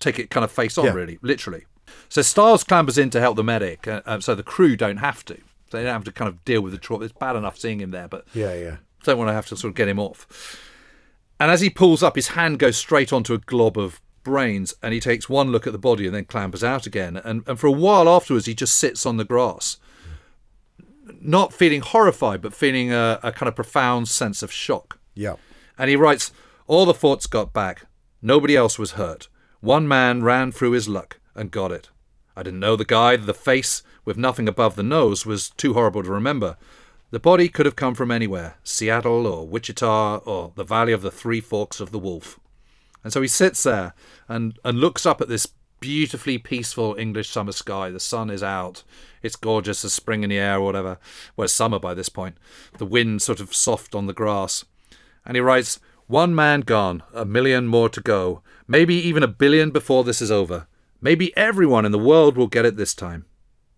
take it kind of face on, Yeah. really, literally. So Stars clambers in to help the medic, uh, um, so the crew don't have to. They don't have to kind of deal with the trauma. It's bad enough seeing him there, but Yeah, yeah. don't want to have to sort of get him off. And as he pulls up, his hand goes straight onto a glob of brains, and he takes one look at the body and then clambers out again. And, and for a while afterwards, he just sits on the grass, not feeling horrified, but feeling a, a kind of profound sense of shock. Yeah. And he writes, All the forts got back. Nobody else was hurt. One man ran through his luck and got it. I didn't know the guy, the face with nothing above the nose was too horrible to remember. The body could have come from anywhere Seattle or Wichita or the Valley of the Three Forks of the Wolf. And so he sits there and, and looks up at this beautifully peaceful English summer sky. The sun is out. It's gorgeous, there's spring in the air or whatever. Well, it's summer by this point. The wind sort of soft on the grass. And he writes, One man gone, a million more to go, maybe even a billion before this is over. Maybe everyone in the world will get it this time.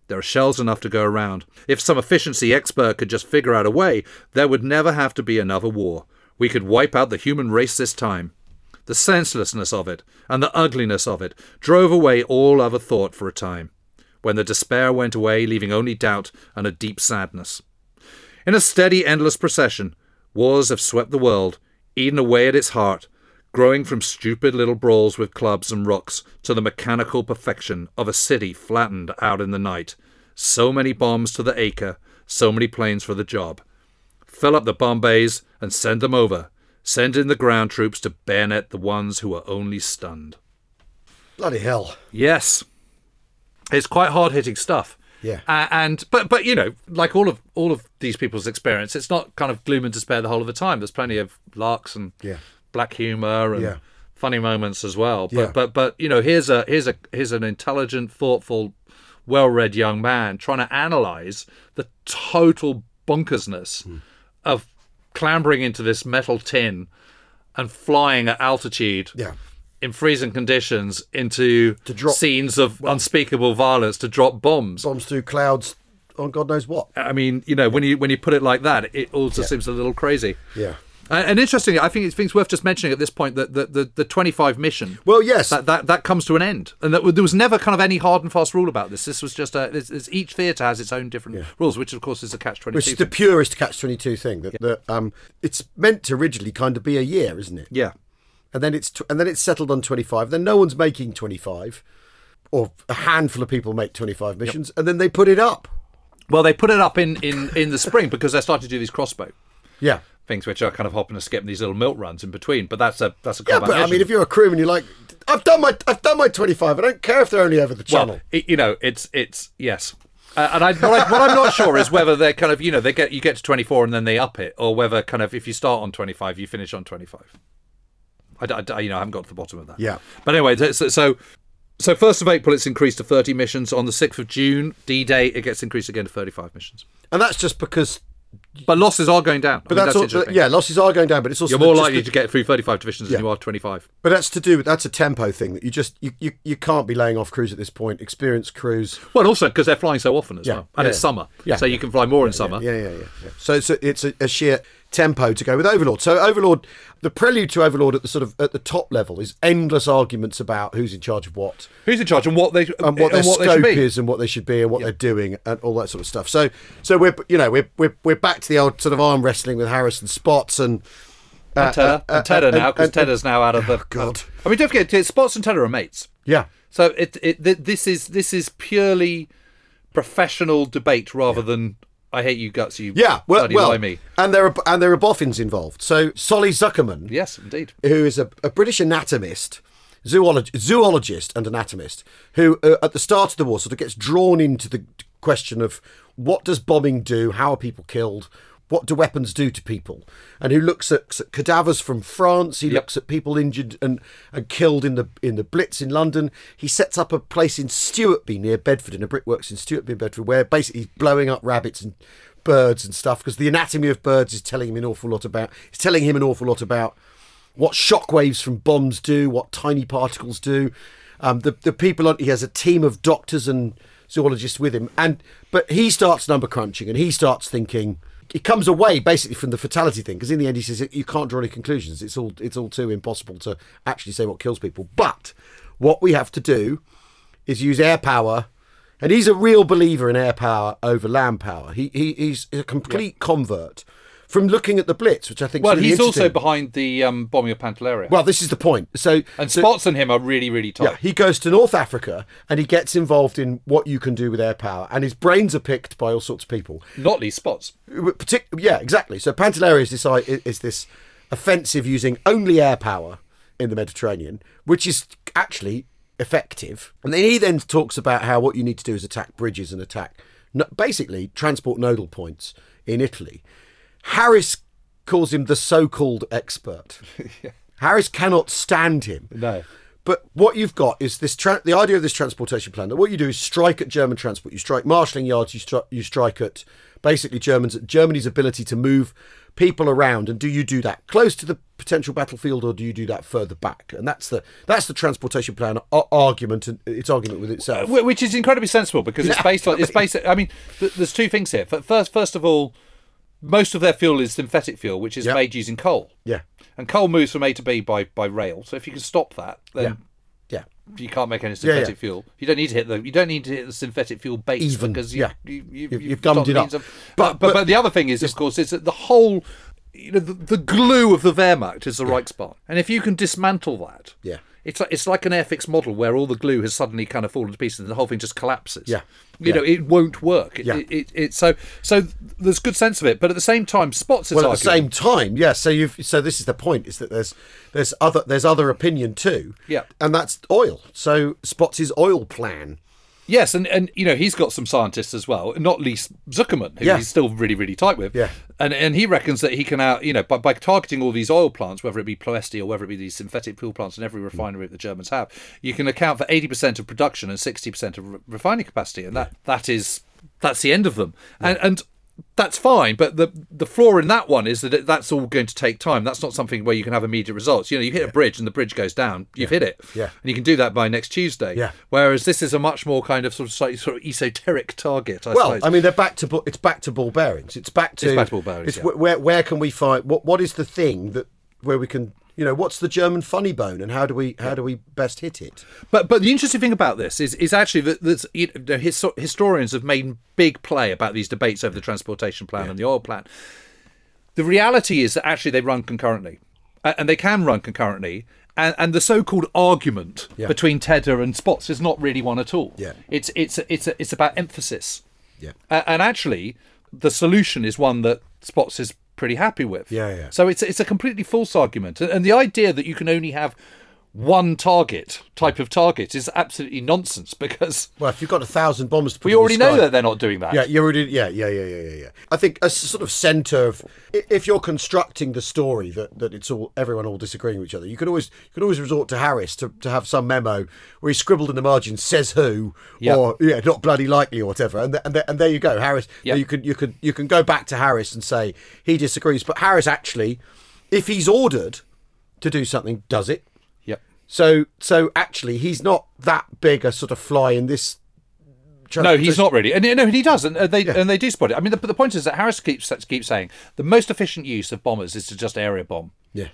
There are shells enough to go around. If some efficiency expert could just figure out a way, there would never have to be another war. We could wipe out the human race this time. The The senselessness of it, and the ugliness of it, drove away all other thought for a time, when the despair went away, leaving only doubt and a deep sadness. In a steady, endless procession, wars have swept the world, eaten away at its heart, growing from stupid little brawls with clubs and rocks to the mechanical perfection of a city flattened out in the night. So many bombs to the acre, so many planes for the job. Fill up the Bombays and send them over. Send in the ground troops to bayonet the ones who are only stunned. Bloody hell. Yes, it's quite hard hitting stuff. Yeah. A- and but but you know, like all of all of these people's experience, it's not kind of gloom and despair the whole of the time. There's plenty of larks and Yeah. black humor and Yeah. funny moments as well. But Yeah. but but you know, here's a here's a here's an intelligent, thoughtful, well-read young man trying to analyze the total bonkersness Hmm. of clambering into this metal tin and flying at altitude Yeah. in freezing conditions into To drop- scenes of unspeakable violence to drop bombs. Bombs through clouds on God knows what. I mean, you know, when you when you put it like that, it all just seems a little crazy. Yeah. And, and interestingly, I think it's, think it's worth just mentioning at this point that the, the, the 25 mission. Well, yes. That, that that comes to an end, and that, there was never kind of any hard and fast rule about this. This was just a. It's, it's, each theatre has its own different rules, which of course is a catch Which is twenty-two. the purest catch twenty two thing that, that um it's meant to originally kind of be a year, isn't it? yeah, and then it's tw- and then it's settled on 25 then no one's making 25 or a handful of people make 25 missions and then they put it up well, they put it up in in in the spring because they started to do these crossbow yeah things, which are kind of hopping and skipping these little milk runs in between. But that's a that's a yeah combat but i mission. mean if you're a crewman you're like i've done my i've done my 25 i don't care if they're only over the channel Well, it, you know, it's it's yes. Uh, and I, what, I, what I'm not sure is whether they're kind of you know they get you get to 24 and then they up it, or whether kind of if you start on 25 you finish on 25. I, d- I d- you know I haven't got to the bottom of that. Yeah. But anyway, th- so so so first of April it's increased to 30 missions. On the 6th of June D-Day it gets increased again to 35 missions. and that's just because But losses are going down. but I mean, that's, all, interesting. yeah losses are going down but it's also You're more just likely the- to get through 35 divisions Yeah. than you are 25. but that's to do with that's a tempo thing that you just you, you, you can't be laying off crews at this point experienced crews Well, also because they're flying so often as well, and yeah, it's yeah. summer, Yeah. so you can fly more in summer. Yeah, yeah, yeah. yeah. So it's a, it's a, a sheer tempo to go with Overlord. So Overlord, the prelude to Overlord at the sort of at the top level is endless arguments about who's in charge of what Who's in charge and what they and what their and what they should scope be. is and what they should be and what they're doing and all that sort of stuff. So so we're you know we're we're, we're back to the old sort of arm wrestling with Harrison spots and and Tedder, uh, and Tedder uh, now and- because and- Tedder's now out of the. God. I mean, don't forget, t- Spots and Tedder are mates, yeah. so it, it th- this is this is purely professional debate rather than I hate you guts, you Yeah, well, bloody well lie me. and there are and there are boffins involved. So Solly Zuckerman, Yes, indeed. who is a, a British anatomist, zoolog- zoologist and anatomist, who uh, at the start of the war sort of gets drawn into the question of what does bombing do? How are people killed? What do weapons do to people? And who looks at, at cadavers from France? He looks at people injured and, and killed in the in the Blitz in London. He sets up a place in Stewartby near Bedford, in a brickworks in Stewartby, Bedford, where basically he's blowing up rabbits and birds and stuff because the anatomy of birds is telling him an awful lot about. It's telling him an awful lot about what shockwaves from bombs do, what tiny particles do. Um, the the people on he has a team of doctors and zoologists with him, and but he starts number crunching and he starts thinking. He comes away basically from the fatality thing because in the end he says you can't draw any conclusions. It's all it's all too impossible to actually say what kills people. But what we have to do is use air power, and he's a real believer in air power over land power. He, he he's a complete convert from looking at the Blitz, which I think. is Well, really he's also interesting. behind the um, bombing of Pantelleria. Well, this is the point. So and so- Spots and him are really, really tight. yeah, he goes to North Africa and he gets involved in what you can do with air power, and his brains are picked by all sorts of people. Not least Spots. Partic- yeah, exactly. So Pantelleria is this i- is this offensive using only air power in the Mediterranean, which is actually effective. And then he then talks about how what you need to do is attack bridges and attack no- basically transport nodal points in Italy. Harris calls him the so-called expert. Harris cannot stand him. No. But what you've got is this tra- the idea of this transportation plan that what you do is strike at German transport. You strike marshalling yards, you, stri- you strike at basically Germans Germany's ability to move people around and do you do that close to the potential battlefield or do you do that further back? And that's the that's the transportation plan ar- argument and its argument with itself. Wh- which is incredibly sensible because it's based on it's based. I mean, th- there's two things here. F- First, first of all, most of their fuel is synthetic fuel, which is Yep. made using coal. Yeah. And coal moves from A to B by, by rail. So if you can stop that, then Yeah. you can't make any yeah. synthetic fuel. You don't need to hit the you don't need to hit the synthetic fuel base Even, because you, yeah. you, you, You've- you've gummed stopped it up. means of- But- but, but, but the other thing is, of course, is that the whole you know the, the glue of the Wehrmacht is the Reichsbahn, and if you can dismantle that, Yeah. It's like, it's like an airfix model where all the glue has suddenly kind of fallen to pieces and the whole thing just collapses. Yeah. You know, it won't work. It, Yeah. it, it, it- so so there's good sense of it, but at the same time, spots is well, at the arguing- same time, yeah. So you've so this is the point is that there's there's other there's other opinion too. Yeah. and that's oil. So Spots' oil plan. Yes, and, and you know he's got some scientists as well, not least Zuckerman, who Yeah. he's still really really tight with. Yeah. and and he reckons that he can out you know by, by targeting all these oil plants, whether it be Ploesti or whether it be these synthetic fuel plants in Hmm. every refinery that the Germans have, you can account for eighty percent of production and sixty percent of re- refining capacity, and that that is that's the end of them, and and. That's fine, but the the flaw in that one is that it, that's all going to take time. That's not something where you can have immediate results. You know, you hit a bridge and the bridge goes down, you've hit it, Yeah. and you can do that by next Tuesday. Yeah. Whereas this is a much more kind of sort of slightly sort of esoteric target. I Well, suppose. I mean, they're back to bu- it's back to ball bearings. It's back to It's back to ball bearings, it's yeah. wh- where where can we find what what is the thing that where we can you know what's the German funny bone and how do we how do we best hit it? But but the interesting thing about this is is actually that that's, you know, his, historians have made big play about these debates over the transportation plan and the oil plan. The reality is that actually they run concurrently, A- and they can run concurrently. And, and the so-called argument between Tedder and Spots is not really one at all. Yeah. it's it's it's it's about emphasis. Yeah. A- and actually, the solution is one that Spots is pretty happy with. Yeah, yeah. So it's it's a completely false argument, and and the idea that you can only have one target type of target is absolutely nonsense because Well, if you've got a thousand bombs to put we in the already know sky- that they're not doing that. Yeah, you already. Yeah, yeah, yeah, yeah, yeah, yeah. I think a s- sort of centre of i- if you're constructing the story that, that it's all everyone all disagreeing with each other, you can always you can always resort to Harris to, to have some memo where he scribbled in the margin says who Yeah. or yeah not bloody likely or whatever, and th- and, th- and there you go, Harris. Yeah. You can you can you can go back to Harris and say he disagrees, but Harris actually, if he's ordered to do something, does it. yeah. So so actually, he's not that big a sort of fly in this. No, he's not really, and no, he does, and uh, they and they do spot it. I mean, the, but the point is that Harris keeps keeps saying the most efficient use of bombers is to just area bomb. Yeah.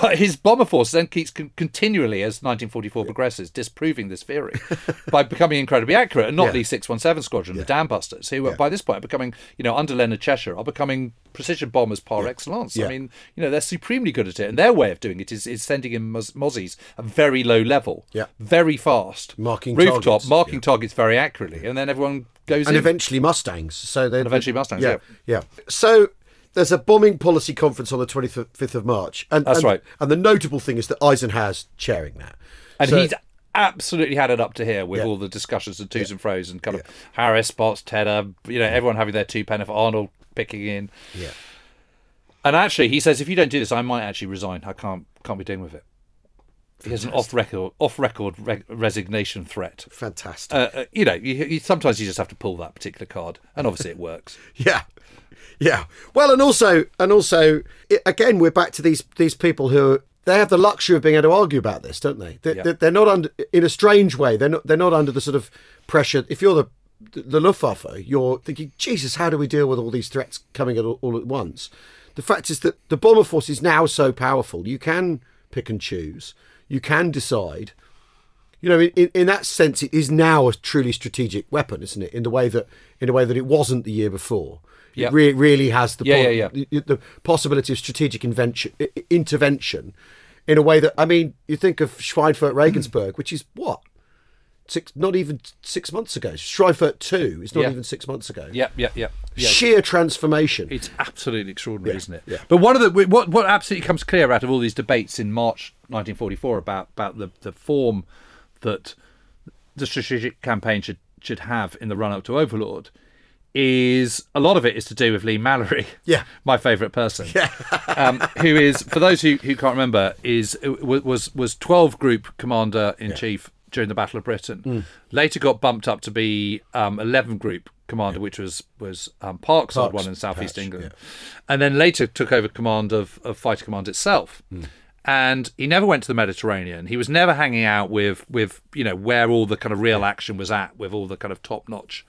But his bomber force then keeps con- continually, as 1944 progresses, disproving this theory by becoming incredibly accurate, and not the 617 Squadron, the dam busters, who are by this point are becoming, you know, under Leonard Cheshire, are becoming precision bombers par excellence. Yeah. I mean, you know, they're supremely good at it, and their way of doing it is, is sending in mos- mozzies at very low level, Yeah. very fast, Marking rooftop, targets, marking yeah. targets very accurately, and then everyone goes and in. eventually Mustangs. So they eventually Mustangs, Yeah, yeah. So there's a bombing policy conference on the 25th of March, and That's and- right. And the notable thing is that Eisenhower's chairing that. And So- he's absolutely had it up to here with all the discussions and twos and fro's and kind of Harris, Spots, Tedder, you know, everyone having their two penneth, Arnold picking in. Yeah. And actually, he says, if you don't do this, I might actually resign. I can't can't be dealing with it. He has an off record off record re- resignation threat. fantastic. Uh, uh, you know, you, you, sometimes you just have to pull that particular card, and obviously it works. Yeah. Yeah. Well, and also, and also, i again, we're back to these these people who they have the luxury of being able to argue about this, don't they? They, Yeah. they? They're not under, in a strange way. They're not. They're not under the sort of pressure. If you're the the Luftwaffe, you're thinking, Jesus, how do we deal with all these threats coming at all, all at once? The fact is that the bomber force is now so powerful. You can pick and choose. You can decide you know, in, in, in that sense, it is now a truly strategic weapon, isn't it? In the way that in a way that it wasn't the year before. Yeah. It re- really has the, Yeah, yeah, yeah. the the possibility of strategic invention, i- i- intervention in a way that I mean, you think of Schweinfurt Regensburg, which is what six not even six months ago. Schweinfurt two is not Yeah. even six months ago. Yep, yep, yep. Yeah, Sheer transformation. It's absolutely extraordinary, isn't it? yeah. But one of the what what absolutely comes clear out of all these debates in March 1944 about about the the form that the strategic campaign should should have in the run up to Overlord is a lot of it is to do with Lee Mallory, Yeah. my favourite person, yeah. um, who is for those who, who can't remember is wa- was was 12 Group Commander in Chief during the Battle of Britain. Later got bumped up to be um, 11 Group Commander, which was was um, Parks, had one in Southeast England, and then later took over command of, of Fighter Command itself. And he never went to the Mediterranean. He was never hanging out with with you know where all the kind of real action was at, with all the kind of top notch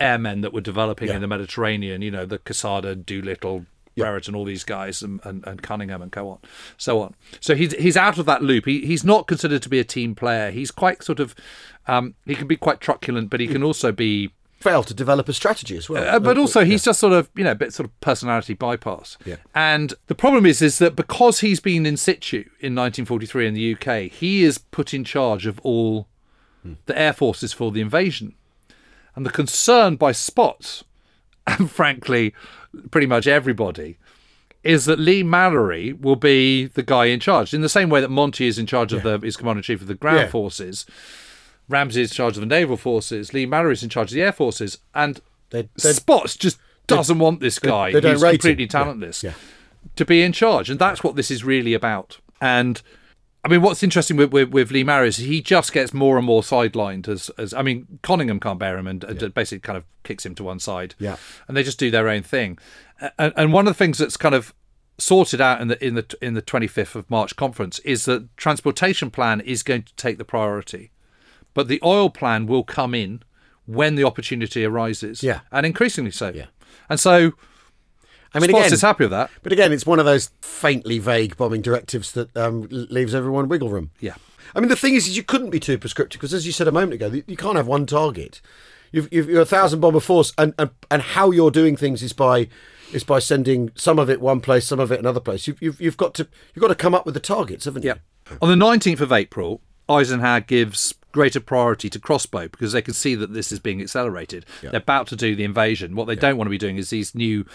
airmen that were developing in the Mediterranean, you know, the Casada, Doolittle, Brereton, all these guys, and, and, and Cunningham, and go on, so on. So he's he's out of that loop. He he's not considered to be a team player. He's quite sort of, um, he can be quite truculent, but he can also be Fail to develop a strategy as well. uh, but also he's just sort of you know a bit sort of personality bypass. Yeah. And the problem is is that because he's been in situ in 1943 in the UK, he is put in charge of all the air forces for the invasion. And the concern by Spots and frankly pretty much everybody is that Lee Mallory will be the guy in charge in the same way that Monty is in charge of the is commander in chief of the ground Yeah. forces. Ramsey is in charge of the naval forces. Lee Mallory is in charge of the air forces, and They- they- Spots just doesn't want this guy. they don't who's rate him. completely Yeah, talentless yeah. to be in charge, and that's what this is really about. And I mean, what's interesting with with, with Lee Mallory is he just gets more and more sidelined. As as I mean, Conningham can't bear him and, and basically kind of kicks him to one side. Yeah. and they just do their own thing. A- And, and one of the things that's kind of sorted out in the in the in the 25th of March conference is that transportation plan is going to take the priority but the oil plan will come in when the opportunity arises. Yeah. and increasingly so. Yeah. and so I mean, Spots again, is happy with that. but again, it's one of those faintly vague bombing directives that um, l- leaves everyone wiggle room. Yeah. I mean, the thing is, is you couldn't be too prescriptive because, as you said a moment ago, you- you can't have one target. You've, you've, you're a thousand bomber force, and, and and how you're doing things is by is by sending some of it one place, some of it another place. You've you've, you've got to you've got to come up with the targets, haven't you? On the 19th of April, Eisenhower gives greater priority to crossbow because they can see that this is being accelerated. They're about to do the invasion. What they don't want to be doing is these new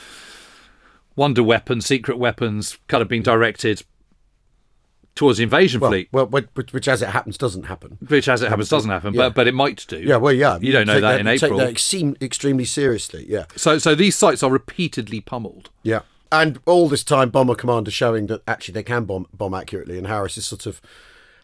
wonder weapons, secret weapons, kind of being directed towards the invasion Well, fleet. well, which, which as it happens doesn't happen. Which, as it happens, doesn't happen, Yeah. but but it might do. Yeah, well, yeah. You don't know Take that in take April. that extreme- extremely seriously. Yeah, So so these sites are repeatedly pummeled. yeah. And all this time, bomber commander showing that actually they can bomb bomb accurately, and Harris is sort of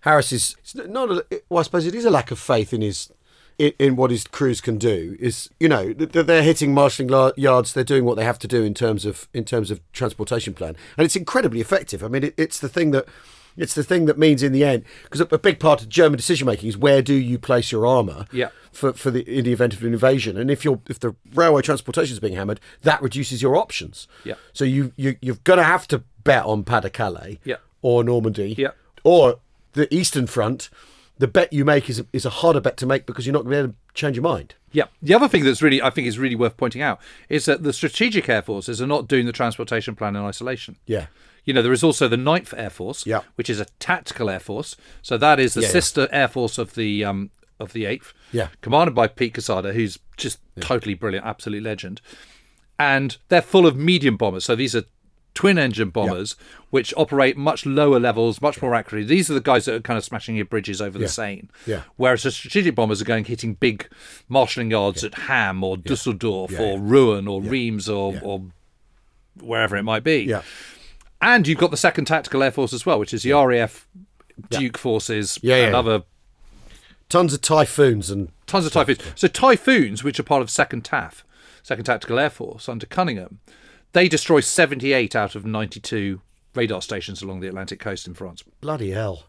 Harris is it's not. A, well, I suppose it is a lack of faith in his in, in what his crews can do. Is you know th- th- they're hitting marshalling la- yards, they're doing what they have to do in terms of in terms of transportation plan, and it's incredibly effective. I mean, it, it's the thing that. It's the thing that means in the end, because a a big part of German decision making is where do you place your armor Yeah. for, for the in the event of an invasion. And if you're if the railway transportation is being hammered, that reduces your options. Yeah. So you, you you've got to have to bet on Pas de Calais. Yeah. Or Normandy. Yeah. Or the Eastern Front. The bet you make is a, is a harder bet to make because you're not going to be able to change your mind. Yeah. The other thing that's really, I think, is really worth pointing out is that the strategic air forces are not doing the transportation plan in isolation. Yeah. You know, there is also the 9th Air Force, Yeah. which is a tactical air force. So that is the yeah. sister air force of the um, of the 8th, Yeah. commanded by Pete Casada, who's just totally brilliant, absolute legend. And they're full of medium bombers. So these are twin engine bombers, which operate much lower levels, much more accurately. These are the guys that are kind of smashing your bridges over the Seine. Yeah. Whereas the strategic bombers are going hitting big marshalling yards at Ham or Dusseldorf or Rouen or Reims or, or wherever it might be. Yeah. And you've got the second tactical air force as well, which is the RAF Duke forces Yeah, yeah, and yeah. other Tons of typhoons and tons of typhoons. So typhoons, which are part of Second TAF, Second Tactical Air Force under Cunningham, they destroy 78 out of 92 radar stations along the Atlantic coast in France. bloody hell.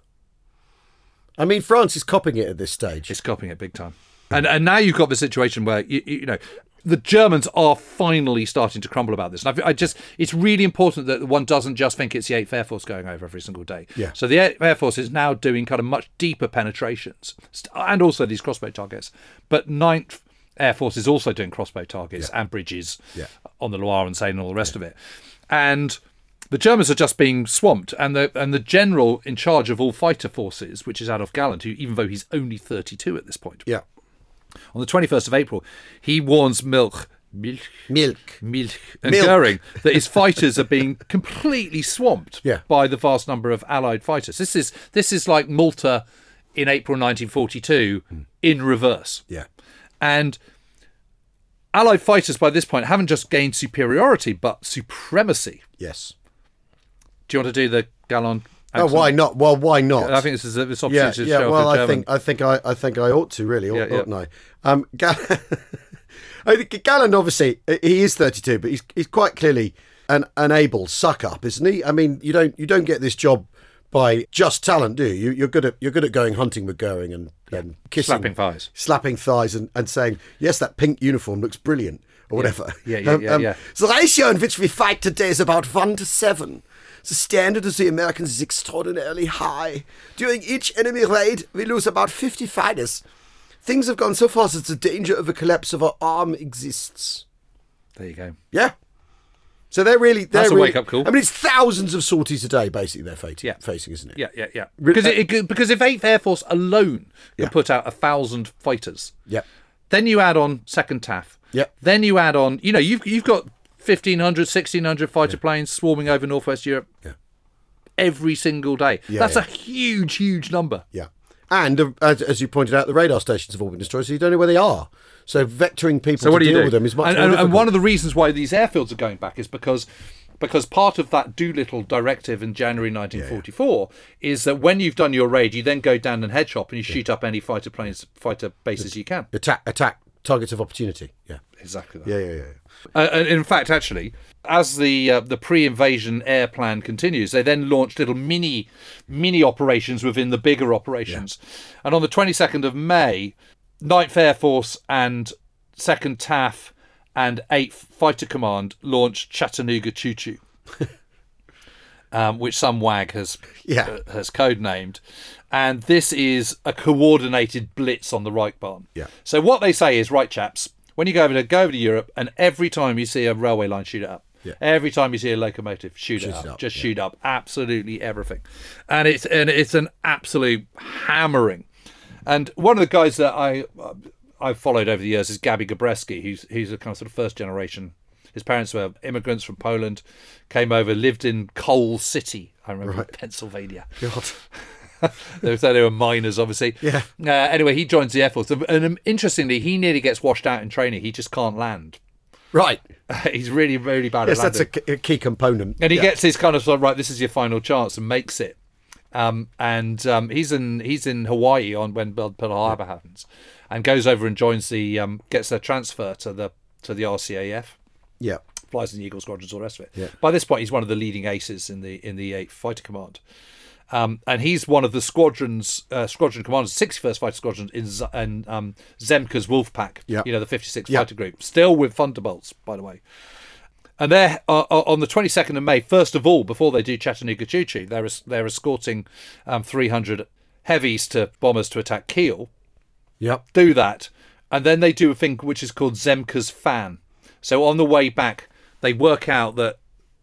I mean, France is copying it at this stage. It's copying it big time. And and now you've got the situation where you, you you know the Germans are finally starting to crumble about this. And I, I just it's really important that one doesn't just think it's the Eighth Air Force going over every single day. Yeah. So the Eighth Air Force is now doing kind of much deeper penetrations st- and also these crossbow targets. But Ninth Air Force is also doing crossbow targets and bridges Yeah. on the Loire and Seine and all the rest of it. And the Germans are just being swamped, and the and the general in charge of all fighter forces, which is Adolf Galland, who even though he's only thirty two at this point, yeah. on the twenty first of April, he warns Milch, Milch, Milk. Milch, and Milch. Goering that his fighters are being completely swamped Yeah. by the vast number of Allied fighters. This is this is like Malta in April nineteen forty two in reverse. Hmm. Yeah. And Allied fighters by this point haven't just gained superiority, but supremacy. Yes. Do you want to do the Gallon? Oh, accent? why not? Well, why not? I think this is this opportunity yeah, to yeah. show Well, off I your German. think uh, I think I, I think I ought to really, ought, Yeah, yeah. oughtn't I? Um, Ga- I think Galland obviously he is thirty-two, but he's he's quite clearly an an able suck up, isn't he? I mean, you don't you don't get this job by just talent, do you? you you're good at you're good at going hunting with Goering and, and kissing, Slapping thighs. slapping thighs, and, and saying yes, that pink uniform looks brilliant or whatever. Yeah, yeah, yeah, yeah. Um, The ratio in which we fight today is about one to seven. The standard of the Americans is extraordinarily high. During each enemy raid, we lose about fifty fighters. Things have gone so far that the danger of a collapse of our arm exists. There you go. Yeah. So they're really they're That's a really, wake-up call. I mean, it's thousands of sorties a day, basically they're facing, Yeah. facing isn't it? Yeah, yeah, yeah. Re- uh, Because it, it could- because if Eighth Air Force alone could put out a thousand fighters, Yeah. then you add on second TAF. Yeah. Then you add on, you know, you've you've got 1,500, 1,600 fighter planes swarming over Northwest Europe. Yeah. Every single day. That's yeah. a huge, huge number. Yeah. And uh, as, as you pointed out, the radar stations have all been destroyed, so you don't know where they are. So vectoring people So what to do you deal do? with them is much and, more and, and difficult. one of the reasons why these airfields are going back is because because part of that Doolittle directive in January 1944 is that when you've done your raid, you then go down and head shop and you shoot up any fighter planes, fighter bases you can. attack attack targets of opportunity. Yeah. Exactly. That. Yeah, yeah, yeah. Uh, and in fact, actually, as the uh, the pre-invasion air plan continues, they then launch little mini mini operations within the bigger operations. And on the 22nd of May, 9th Air Force and 2nd TAF and 8th Fighter Command launched Chattanooga Choo Choo. Um, which some wag has Yeah. uh, has codenamed, and this is a coordinated blitz on the Reichbahn. Yeah. So what they say is, right, chaps, when you go over to go over to Europe, and every time you see a railway line, shoot it up. Yeah. Every time you see a locomotive, shoot, it up. up, Just shoot up absolutely everything, and it's and it's an absolute hammering. And one of the guys that I uh, I've followed over the years is Gabby Gabreski, who's who's a kind of sort of first generation. His parents were immigrants from Poland, came over, lived in Coal City, I remember, Pennsylvania. they were, so they were miners, obviously. Yeah. Uh, anyway, he joins the Air Force, and um, interestingly, he nearly gets washed out in training. He just can't land. Right. He's really, really bad Yes, at landing. that's a, k- a key component. And he yeah. gets his kind of sort of right. This is your final chance, and makes it. Um, and um, he's in he's in Hawaii on when Pearl Pearl Harbor happens, and goes over and joins the um, gets their transfer to the to the RCAF, Yeah. flies in the Eagle Squadrons, all the rest of it. By this point, he's one of the leading aces in the in the Eighth Fighter Command, um, and he's one of the squadrons uh, squadron commanders, sixty first Fighter Squadron in Z- and um, Zemka's Wolf Pack. Yeah. you know the fifty sixth Yeah. Fighter Group, still with Thunderbolts, by the way. And they're uh, uh, on the 22nd of May. First of all, before they do Chattanooga Choo Choo, they're es- they're escorting um, 300 heavies to bombers to attack Kiel. Yep. Do that, and then they do a thing which is called Zemka's fan. So on the way back, they work out that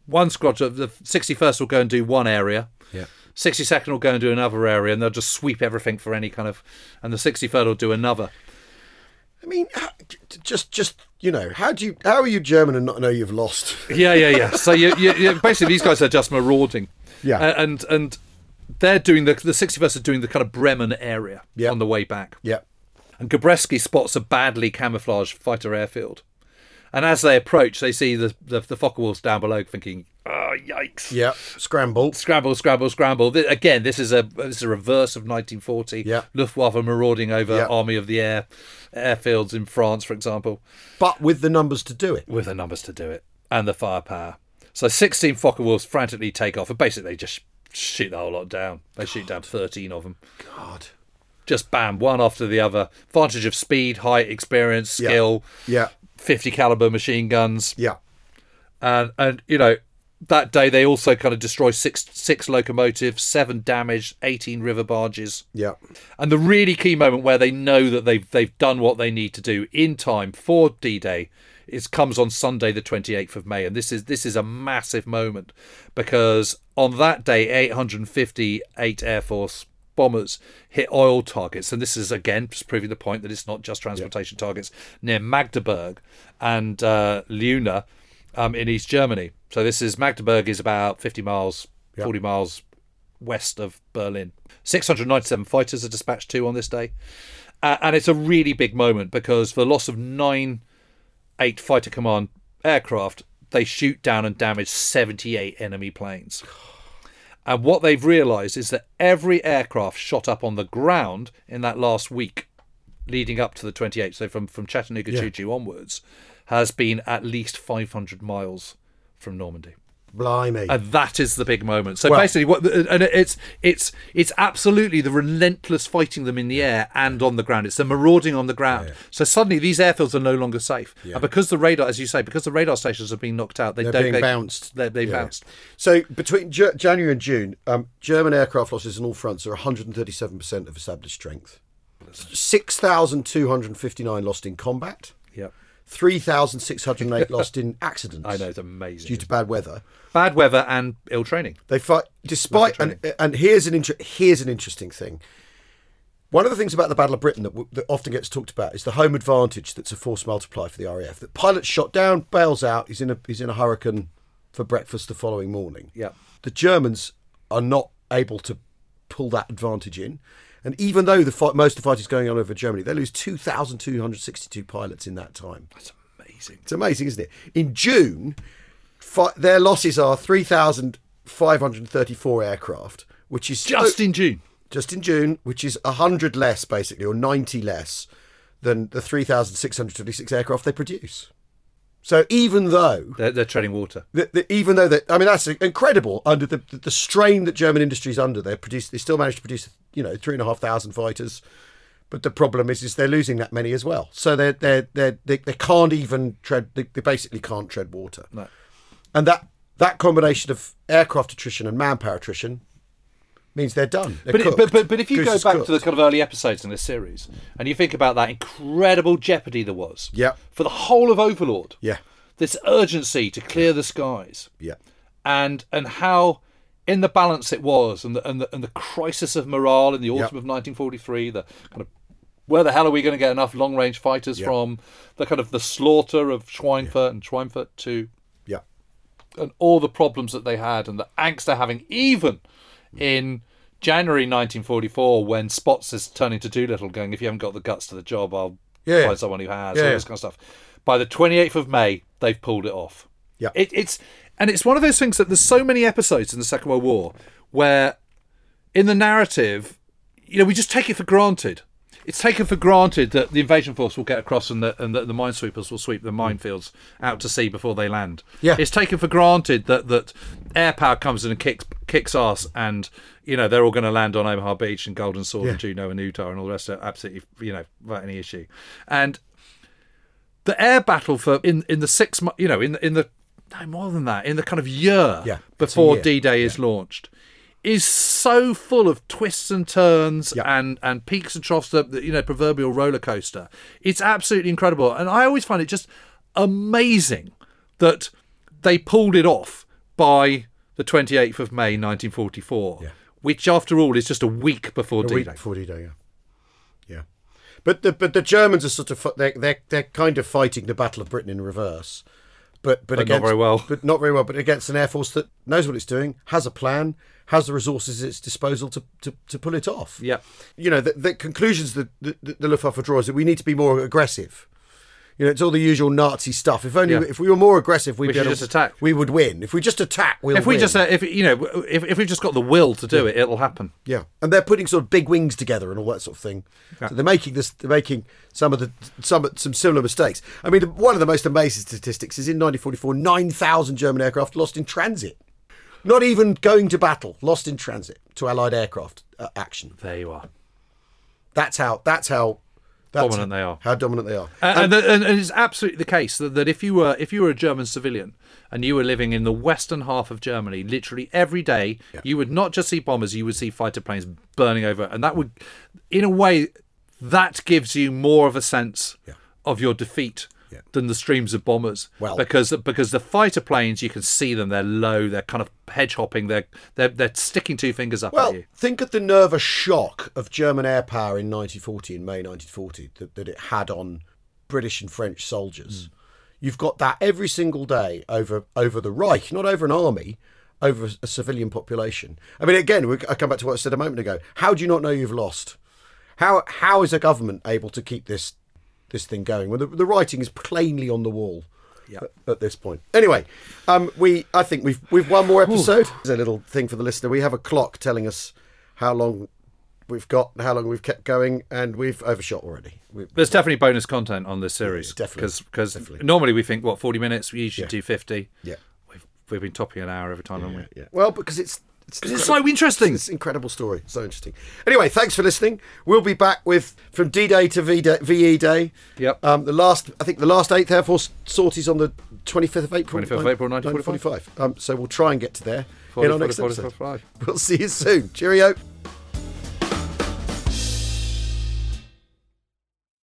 one squadron, the 61st will go and do one area. Yeah. 62nd will go and do another area, and they'll just sweep everything for any kind of. And the 63rd will do another. I mean, h- j- just just you know, how do you how are you German and not know you've lost? Yeah, yeah, yeah. So you, you, you, basically, these guys are just marauding. Yeah. A- and and they're doing the the 61st are doing the kind of Bremen area Yeah. on the way back. yeah. And Gabreski spots a badly camouflaged fighter airfield. And as they approach, they see the the, the Fokker wolves down below, thinking, "Oh, yikes!" Yeah. Scramble. Scramble, scramble, scramble. Th- Again, this is a this is a reverse of 1940. Yeah. Luftwaffe marauding over Yeah. army of the air airfields in France, for example But with the numbers to do it. with the numbers to do it and the firepower. So 16 Fokker Wolves frantically take off and basically just shoot the whole lot down. They shoot down 13 of them. God. Just bam, one after the other. Advantage of speed, height, experience, Yeah. skill, Yeah. 50 caliber machine guns. Yeah. And, and, you know, that day they also kind of destroy six six locomotives, seven damaged, 18 river barges. Yeah. And the really key moment where they know that they've they've done what they need to do in time for D Day is comes on Sunday the 28th of May and this is this is a massive moment because on that day 858 Air Force bombers hit oil targets and this is again just proving the point that it's not just transportation targets near Magdeburg and uh, Luna um, in East Germany. So this is Magdeburg is about 50 miles 40 miles west of Berlin. 697 fighters are dispatched to on this day. Uh, and it's a really big moment because for the loss of nine, eight fighter command aircraft, they shoot down and damage 78 enemy planes. And what they've realised is that every aircraft shot up on the ground in that last week leading up to the 28th, so from, from Chattanooga Choo Choo onwards, has been at least 500 miles from Normandy. Blimey. and that is the big moment. So Well- basically, what and it's it's it's absolutely the relentless fighting them in the air and on the ground. It's the marauding on the ground. So suddenly these airfields are no longer safe, and because the radar, as you say, because the radar stations have been knocked out, they They're don't being they, bounced. They, they bounced. So between J- January and June, um, German aircraft losses on all fronts are 137% of established strength. 6,259 lost in combat. Yep. 3,608 lost in accidents. I know it's amazing. Due to bad weather. Bad weather and ill training. They fight despite and and here's an inter- here's an interesting thing. One of the things about the Battle of Britain that, w- that often gets talked about is the home advantage that's a force multiplier for the RAF. That pilot shot down, bails out, he's in a he's in a hurricane for breakfast the following morning. Yeah. The Germans are not able to pull that advantage in. And even though the fight, most of the fight is going on over Germany, they lose 2,262 pilots in that time. That's amazing. It's amazing, isn't it? In June, fi- their losses are 3,534 aircraft, which is Just in June. just in June, which is 100 less basically, or 90 less than the 3,626 aircraft they produce. So even though They're, they're treading water. the, the, even though that I mean that's incredible under the, the the strain that German industry is under. They produce they still managed to produce you know three and a half thousand fighters, but the problem is is they're losing that many as well. So they they they they they can't even tread they, they basically can't tread water. No. And that that combination of aircraft attrition and manpower attrition means they're done. They're But, it, cooked. but, but but if you Goose go is back cooked. to the kind of early episodes in this series, and you think about that incredible jeopardy there was, Yeah. for the whole of Overlord, yeah this urgency to clear the skies, yeah and and how in the balance it was, and the and the, and the crisis of morale in the autumn Yeah. of 1943, the kind of where the hell are we going to get enough long range fighters from? The kind of the slaughter of Schweinfurt and Schweinfurt too yeah and all the problems that they had and the angst they're having, even in January 1944, when Spots is turning to Doolittle, going, "If you haven't got the guts to the job, I'll Yeah, yeah. find someone who has." Yeah, all yeah. this kind of stuff. By the 28th of May, they've pulled it off. Yeah. it, it's and it's one of those things that there's so many episodes in the Second World War where, in the narrative, you know, we just take it for granted. It's taken for granted that the invasion force will get across and that and that the minesweepers will sweep the minefields out to sea before they land. Mm. Yeah. it's taken for granted that that air power comes in and kicks kicks ass, and you know they're all going to land on Omaha Beach and Golden Sword and Juno and Utah and all the rest of it. Absolutely, you know, without any issue. And the air battle for in in the six months, you know, in in the no more than that, in the kind of year Yeah, it's a before year. D Day is launched, is so full of twists and turns and and peaks and troughs, the, the you know proverbial roller coaster. It's absolutely incredible, and I always find it just amazing that they pulled it off by the twenty eighth of May, nineteen forty four. Which, after all, is just a week before a D week Day. before D-Day. Yeah, yeah. But the but the Germans are sort of fi- they're they're, they're kind of fighting the Battle of Britain in reverse, but but, not against, very well. But not very well. But against an air force that knows what it's doing, has a plan, has the resources at its disposal to to, to pull it off. Yeah. You know the, the conclusions that the, the Luftwaffe draws that we need to be more aggressive. You know, it's all the usual Nazi stuff. If only Yeah. if we were more aggressive, we'd We be should able just to- attack. We would win if we just attack. We'll If we win. just, uh, if you know, if, if we've just got the will to do it, it'll happen. Yeah, and they're putting sort of big wings together and all that sort of thing. So they're making this, they're making some of the some some similar mistakes. I mean, one of the most amazing statistics is in 1944, 9,000 German aircraft lost in transit, not even going to battle, lost in transit to Allied aircraft uh, action. There you are. That's how. That's how. That's Dominant they are. How dominant they are. Uh, and, and, the- and, and it's absolutely the case that, that if you were if you were a German civilian and you were living in the western half of Germany, literally every day you would not just see bombers, you would see fighter planes burning over, and that would, in a way, that gives you more of a sense of your defeat. Than the streams of bombers, Well- because because the fighter planes you can see them they're low they're kind of hedge hopping they're they're, they're sticking two fingers up Well, at you think of the nervous shock of German air power in 1940, in May 1940, that, that it had on British and French soldiers. You've got that every single day over over the Reich, not over an army, over a civilian population. I mean, again, we, I come back to what I said a moment ago. How do you not know you've lost? How how is a government able to keep this this thing going? Well, the, the writing is plainly on the wall. At, at this point, anyway, um, we I think we've we've one more episode. There's a little thing for the listener. We have a clock telling us how long we've got, how long we've kept going, and we've overshot already. We, There's definitely bonus content on this series. definitely. Because normally we think, what, 40 minutes? We usually do 50. Yeah. We've we've been topping an hour every time, haven't we? Yeah. Well, because it's it's, It's so interesting. It's an incredible story. So interesting. Anyway, thanks for listening. We'll be back with from D Day to v Day, VE Day. Yep. Um, the last, I think, the last Eighth Air Force sorties on the twenty fifth of April. 25th of nine- April, 1945. 1945. Um, so we'll try and get to there in our next 45, episode. We'll see you soon. Cheerio.